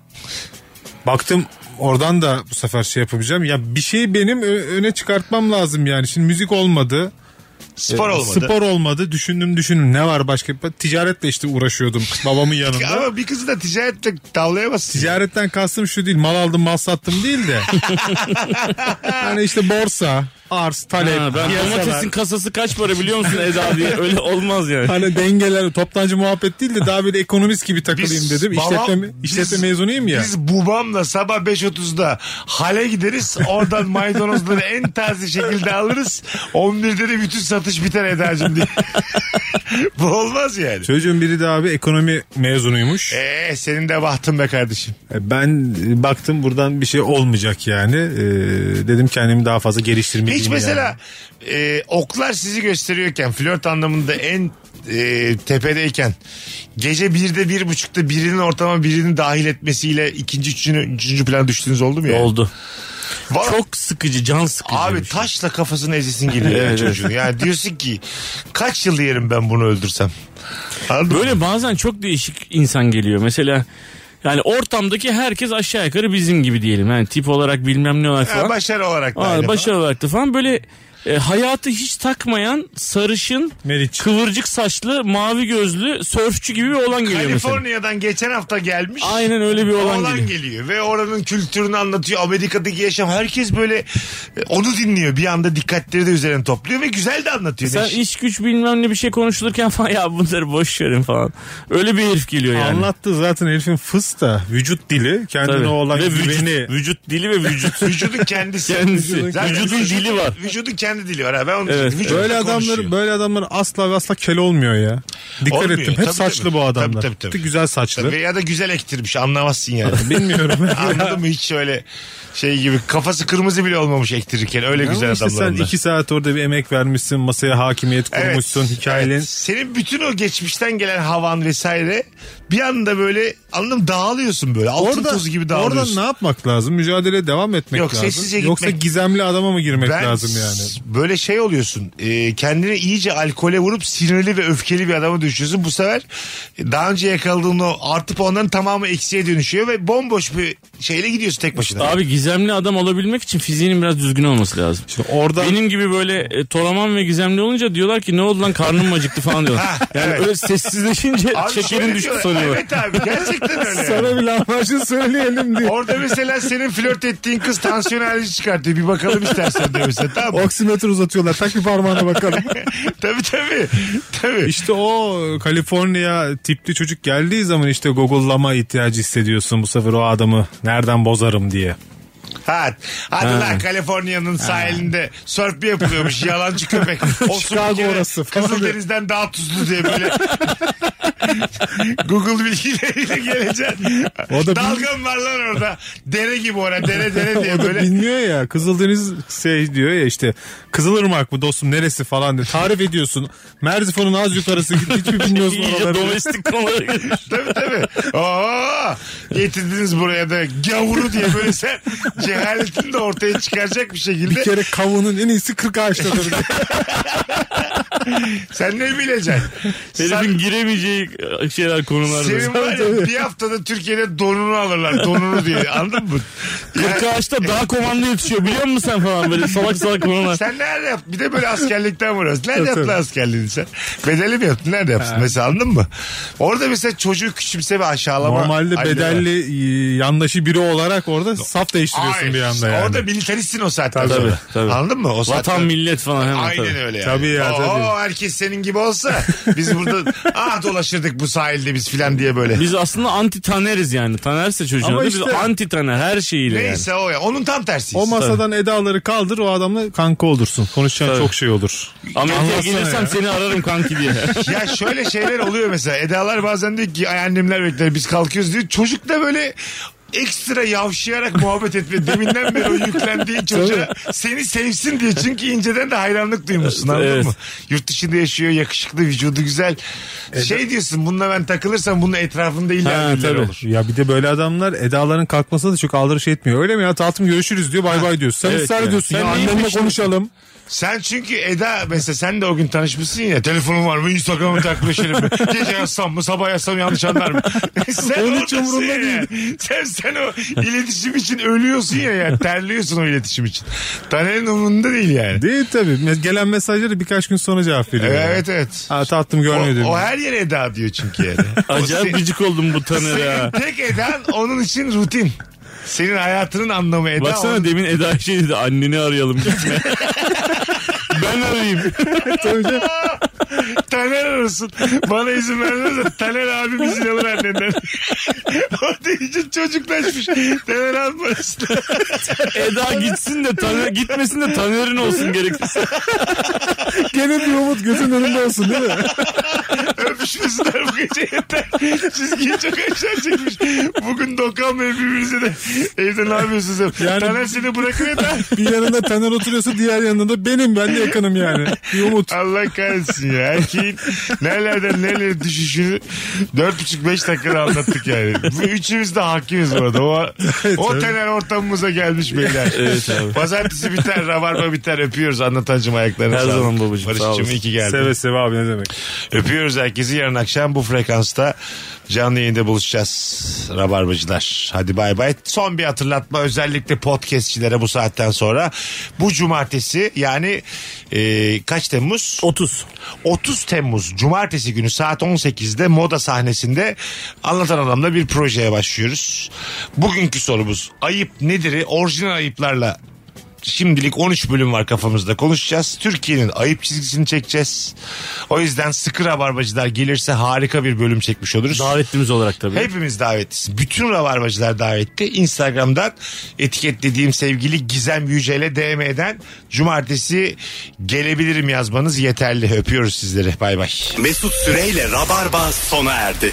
[SPEAKER 4] Baktım oradan da bu sefer şey yapabileceğim. Ya bir şeyi benim ö- öne çıkartmam lazım yani. Şimdi müzik olmadı.
[SPEAKER 3] Spor olmadı.
[SPEAKER 4] e, Spor olmadı. Düşündüm düşündüm. Ne var başka? Ticaretle işte uğraşıyordum babamın yanında.
[SPEAKER 3] Ama bir kızı da ticaretle tavlayamazsın.
[SPEAKER 4] Ticaretten kastım şu değil. Mal aldım mal sattım değil de. hani işte borsa, arz, talep,
[SPEAKER 5] Ha, ben
[SPEAKER 4] piyasalar.
[SPEAKER 5] domatesin kasası kaç para biliyor musun Eda diye öyle olmaz yani.
[SPEAKER 4] Hani dengeler, toptancı muhabbet değil de daha böyle ekonomist gibi takılayım dedim.
[SPEAKER 3] babam-
[SPEAKER 4] işletme, işletme
[SPEAKER 3] biz-
[SPEAKER 4] mezunuyum ya.
[SPEAKER 3] Biz babamla sabah 5.30'da hale gideriz. Oradan maydanozları en taze şekilde alırız. 11'de de bütün satış biter Eda'cığım diye. Bu olmaz yani.
[SPEAKER 4] Çocuğun biri de abi ekonomi mezunuymuş.
[SPEAKER 3] Ee, senin de bahtın be kardeşim.
[SPEAKER 4] Ben e, baktım buradan bir şey olmayacak yani. E, dedim kendimi daha fazla geliştirmeyeyim.
[SPEAKER 3] Hiç mesela e, oklar sizi gösteriyorken flört anlamında en e, tepedeyken gece birde bir buçukta birinin ortama birini dahil etmesiyle ikinci üçüncü, üçüncü plana düştüğünüz oldu mu ya?
[SPEAKER 5] Oldu.
[SPEAKER 3] Vallahi-
[SPEAKER 5] Çok sıkıcı, can sıkıcı.
[SPEAKER 3] Abi
[SPEAKER 5] bir şey.
[SPEAKER 3] taşla kafasını ezesin geliyor ya çocuğun. Yani diyorsun ki kaç yıl yerim ben bunu öldürsem. Anladın mı?
[SPEAKER 5] Böyle bazen çok değişik insan geliyor. Mesela yani ortamdaki herkes aşağı yukarı bizim gibi diyelim. Yani tip olarak bilmem ne olarak
[SPEAKER 3] Ha,
[SPEAKER 5] falan.
[SPEAKER 3] başarı olarak da.
[SPEAKER 5] Aa,
[SPEAKER 3] aynı
[SPEAKER 5] başarı olarak da falan böyle e, hayatı hiç takmayan sarışın
[SPEAKER 4] Meriç.
[SPEAKER 5] kıvırcık saçlı mavi gözlü sörfçü gibi bir olan
[SPEAKER 3] falan.
[SPEAKER 5] geliyor mesela.
[SPEAKER 3] Kaliforniya'dan geçen hafta gelmiş.
[SPEAKER 5] Aynen öyle bir olan,
[SPEAKER 3] Oğlan
[SPEAKER 5] geliyor.
[SPEAKER 3] geliyor ve oranın kültürünü anlatıyor. Amerika'daki yaşam herkes böyle e, onu dinliyor. Bir anda dikkatleri de üzerine topluyor ve güzel de anlatıyor.
[SPEAKER 5] Sen
[SPEAKER 3] Neş-
[SPEAKER 5] iş güç bilmem ne bir şey konuşulurken falan ya bunları boş verin falan. Öyle bir herif geliyor yani.
[SPEAKER 4] Anlattı zaten herifin fıs da vücut dili kendine
[SPEAKER 5] Tabii.
[SPEAKER 4] olan
[SPEAKER 5] ve vücut,
[SPEAKER 4] güveni.
[SPEAKER 5] vücut dili ve vücut.
[SPEAKER 3] Vücudun kendisi.
[SPEAKER 5] Kendisi. Vücudun
[SPEAKER 3] vücudun-
[SPEAKER 5] dili var.
[SPEAKER 3] Vücudun kendi dili var. Ha. Ben onu
[SPEAKER 5] Evet.
[SPEAKER 3] Vücudun
[SPEAKER 4] Böyle adamlar
[SPEAKER 3] konuşuyor.
[SPEAKER 4] böyle adamlar asla ve asla kel olmuyor ya. Dikkat
[SPEAKER 3] Olmuyor.
[SPEAKER 4] ettim. Hep
[SPEAKER 3] Tabii,
[SPEAKER 4] saçlı
[SPEAKER 3] tabii.
[SPEAKER 4] bu adamlar.
[SPEAKER 3] Tabii, tabii, tabii.
[SPEAKER 4] Güzel saçlı.
[SPEAKER 3] Tabii ya da güzel ektirmiş anlamazsın yani.
[SPEAKER 4] Bilmiyorum.
[SPEAKER 3] Anladın mı hiç öyle şey gibi kafası kırmızı bile olmamış ektirirken öyle
[SPEAKER 4] Ama
[SPEAKER 3] güzel
[SPEAKER 4] işte
[SPEAKER 3] adamlar
[SPEAKER 4] sen
[SPEAKER 3] onlar.
[SPEAKER 4] iki saat orada bir emek vermişsin. Masaya hakimiyet kurmuşsun. Hikayenin
[SPEAKER 3] Evet. Senin bütün o geçmişten gelen havan vesaire bir anda böyle anladım dağılıyorsun böyle altın
[SPEAKER 4] Orada,
[SPEAKER 3] tozu gibi
[SPEAKER 4] orada
[SPEAKER 3] dağılıyorsun.
[SPEAKER 4] ne yapmak lazım? Mücadeleye devam etmek
[SPEAKER 3] Yok,
[SPEAKER 4] lazım.
[SPEAKER 3] sessizce
[SPEAKER 4] Yoksa
[SPEAKER 3] gitmek-
[SPEAKER 4] gizemli adama mı girmek
[SPEAKER 3] Ben
[SPEAKER 4] lazım yani?
[SPEAKER 3] s- Böyle şey oluyorsun. e, kendini iyice alkole vurup sinirli ve öfkeli bir adama düşüyorsun. Bu sefer e, daha önce yakaladığın o artı puanların tamamı eksiye dönüşüyor ve bomboş bir şeyle gidiyorsun tek başına.
[SPEAKER 5] Abi gizemli adam olabilmek için fiziğinin biraz düzgün olması lazım.
[SPEAKER 4] Orada
[SPEAKER 5] Benim gibi böyle e, toraman ve gizemli olunca diyorlar ki ne oldu lan karnım mı acıktı falan diyorlar. Yani
[SPEAKER 3] evet.
[SPEAKER 5] öyle sessizleşince
[SPEAKER 3] Abi şöyle
[SPEAKER 5] şekerin düştü
[SPEAKER 3] diyorlar,
[SPEAKER 5] sanıyorlar.
[SPEAKER 3] Evet abi gerçekten öyle. yani.
[SPEAKER 4] sana bir lahmacun söyleyelim diye.
[SPEAKER 3] Orada mesela senin flört ettiğin kız tansiyon alerji çıkartıyor. Bir bakalım istersen diyor mesela. Tamam mı?
[SPEAKER 4] Oksimetre uzatıyorlar. Tak bir parmağına bakalım.
[SPEAKER 3] tabii tabii. Tabii.
[SPEAKER 4] İşte o Kaliforniya tipli çocuk geldiği zaman işte Google'lama ihtiyacı hissediyorsun bu sefer o adamı nereden bozarım diye.
[SPEAKER 3] Ha, hadi lan Kaliforniya'nın sahilinde sörf bir yapılıyormuş yalancı köpek. O su
[SPEAKER 4] Chicago
[SPEAKER 3] bir kere
[SPEAKER 4] orası falan
[SPEAKER 3] Kızıldeniz'den daha tuzlu diye böyle Google bilgileriyle geleceksin.
[SPEAKER 4] O da bil-
[SPEAKER 3] Dalgam var lan orada. Dere gibi orada dere dere diye
[SPEAKER 4] O da
[SPEAKER 3] böyle.
[SPEAKER 4] bilmiyor ya Kızıldeniz şey diyor ya işte Kızılırmak mı dostum neresi falan diye tarif ediyorsun. Merzifon'un az yukarısı hiçbir bilmiyorsun
[SPEAKER 5] İyice
[SPEAKER 4] oraları.
[SPEAKER 5] domestik konulara giriyor.
[SPEAKER 3] tabii tabii. Oo, getirdiniz buraya da gavuru diye böyle sen cehaletini de ortaya çıkaracak bir şekilde.
[SPEAKER 4] Bir kere kavunun en iyisi 40 ağaçtadır.
[SPEAKER 3] Sen ne bileceksin?
[SPEAKER 5] Herifin giremeyeceği şeyler konular.
[SPEAKER 3] Senin var ya bir haftada Türkiye'de donunu alırlar. Donunu diye. Anladın mı?
[SPEAKER 5] Kırk ağaçta daha komando yetişiyor biliyor musun sen falan böyle salak salak konular.
[SPEAKER 3] Sen nerede yaptın? Bir de böyle askerlikten vuruyorsun. Nerede yaptın askerliğini sen? Bedeli mi yaptın? Nerede yaptın? Mesela anladın mı? Orada mesela çocuğu küçümseme aşağılama.
[SPEAKER 4] Normalde
[SPEAKER 3] halleri var.
[SPEAKER 4] bedelli e, yandaşı biri olarak orada saf değiştiriyorsun
[SPEAKER 3] Hayır,
[SPEAKER 4] bir anda yani.
[SPEAKER 3] Orada militaristsin o saatten
[SPEAKER 4] Tabii,
[SPEAKER 3] sonra.
[SPEAKER 5] tabii.
[SPEAKER 3] Anladın mı? O saatten...
[SPEAKER 5] Vatan millet falan hemen
[SPEAKER 3] Aynen
[SPEAKER 5] tabii.
[SPEAKER 3] öyle yani.
[SPEAKER 4] Tabii ya,
[SPEAKER 3] Oo,
[SPEAKER 4] tabii.
[SPEAKER 3] herkes senin gibi olsa biz burada ah dolaşırdık bu sahilde biz filan diye böyle.
[SPEAKER 5] Biz aslında anti taneriz yani. Tanerse çocuğun
[SPEAKER 4] Ama
[SPEAKER 5] adı.
[SPEAKER 4] işte-
[SPEAKER 5] Biz anti taner her şeyiyle yani.
[SPEAKER 3] Neyse o ya. Onun tam tersiyiz.
[SPEAKER 4] O masadan edaları kaldır o adamla kanka olursun. Konuşacağın çok şey olur.
[SPEAKER 5] Amerika'ya
[SPEAKER 4] Anlatsana
[SPEAKER 5] gelirsem
[SPEAKER 4] ya.
[SPEAKER 5] seni ararım kanki diye.
[SPEAKER 3] ya şöyle şeyler oluyor mesela. Edalar bazen diyor ki ay annemler bekler biz kalkıyoruz diyor. Çocuk da böyle ekstra yavşayarak muhabbet etme. Deminden beri o yüklendiği çocuğa seni sevsin diye. Çünkü inceden de hayranlık duymuşsun anladın
[SPEAKER 5] Evet.
[SPEAKER 3] mı? Yurt dışında yaşıyor, yakışıklı, vücudu güzel. Şey diyorsun bununla ben takılırsam bunun etrafında illa
[SPEAKER 5] Ha,
[SPEAKER 3] birileri
[SPEAKER 5] tabii.
[SPEAKER 3] olur.
[SPEAKER 4] Ya bir de böyle adamlar edaların kalkmasına da çok aldırış etmiyor. Öyle mi ya tatlım görüşürüz diyor bay bay diyor. Sen
[SPEAKER 5] Evet
[SPEAKER 4] ısrar
[SPEAKER 5] yani.
[SPEAKER 4] ediyorsun
[SPEAKER 5] Sen
[SPEAKER 4] ya
[SPEAKER 5] neyin
[SPEAKER 4] annenle
[SPEAKER 5] peşinde-
[SPEAKER 4] konuşalım.
[SPEAKER 3] Sen çünkü Eda mesela sen de o gün tanışmışsın ya telefonun var mı Instagram'ı takipleşelim mi gece yazsam mı sabah yazsam yanlış anlar mı sen
[SPEAKER 4] Onun hiç
[SPEAKER 3] oradasın
[SPEAKER 4] umurunda
[SPEAKER 3] ya. sen, sen o iletişim için ölüyorsun ya, ya terliyorsun o iletişim için Taner'in umurunda değil yani
[SPEAKER 4] Değil tabii. Me- Gelen mesajları birkaç gün sonra cevap veriyor.
[SPEAKER 3] evet evet
[SPEAKER 4] Ha tatlım
[SPEAKER 3] o,
[SPEAKER 4] görmedim.
[SPEAKER 3] o her yere Eda diyor çünkü yani O
[SPEAKER 5] Acayip
[SPEAKER 3] se-
[SPEAKER 5] gıcık oldum bu tanere
[SPEAKER 3] senin
[SPEAKER 5] ha.
[SPEAKER 3] tek Eden onun için rutin senin hayatının anlamı Eda
[SPEAKER 5] Baksana
[SPEAKER 3] onun-
[SPEAKER 5] demin Eda şey dedi anneni arayalım gitme. ben arayayım.
[SPEAKER 3] Taner arasın. Bana izin vermez de Taner abim izin alır annenden. o deyince çocuklaşmış. Taner abim arasın.
[SPEAKER 5] Eda gitsin de taner, gitmesin de tanerin olsun gerekirse.
[SPEAKER 4] Gene bir umut gözün önünde olsun değil mi?
[SPEAKER 3] Öpüşmesinler bu gece yeter. Çizgiyi çok aşağı çekmiş. Bugün dokanmayın birbirinize de. Evde ne yapıyorsunuz? hep?
[SPEAKER 4] Yani-
[SPEAKER 3] Taner seni bırakır ya da.
[SPEAKER 4] bir yanında Taner oturuyorsa diğer yanında da benim ben de yakınım yani. Bir umut.
[SPEAKER 3] Allah kahretsin ya. Erkeğin nelerden nelere düşüşünü 4,5-5 dakikada anlattık yani. Bu üçümüz de hakimiz bu arada. O, o tener ortamımıza gelmiş beyler.
[SPEAKER 5] Evet abi.
[SPEAKER 3] Pazartesi biter, rabarba biter. Öpüyoruz anlatancım ayaklarını.
[SPEAKER 5] Her zaman babacığım, sağ
[SPEAKER 3] Barış'cığım
[SPEAKER 5] olasın.
[SPEAKER 3] iyi ki geldin.
[SPEAKER 4] Seve seve abi ne demek.
[SPEAKER 3] Öpüyoruz herkesi. Yarın akşam bu frekansta canlı yayında buluşacağız. Rabarbacılar. Hadi bay bay. Son bir hatırlatma özellikle podcastçilere bu saatten sonra. Bu cumartesi yani e, kaç Temmuz?
[SPEAKER 5] 30.
[SPEAKER 3] 30 Temmuz Cumartesi günü saat 18'de moda sahnesinde anlatan adamla bir projeye başlıyoruz. Bugünkü sorumuz ayıp nedir'i orijinal ayıplarla şimdilik 13 bölüm var kafamızda konuşacağız. Türkiye'nin ayıp çizgisini çekeceğiz. O yüzden sıkı rabarbacılar gelirse harika bir bölüm çekmiş oluruz.
[SPEAKER 5] Davetlimiz olarak tabii.
[SPEAKER 3] Hepimiz davetlisiz. Bütün rabarbacılar davetli. Instagram'dan etiketlediğim sevgili Gizem Yücel'e DM'den cumartesi gelebilirim yazmanız yeterli. Öpüyoruz sizleri. Bay bay.
[SPEAKER 2] Mesut Süreyle Rabarba sona erdi.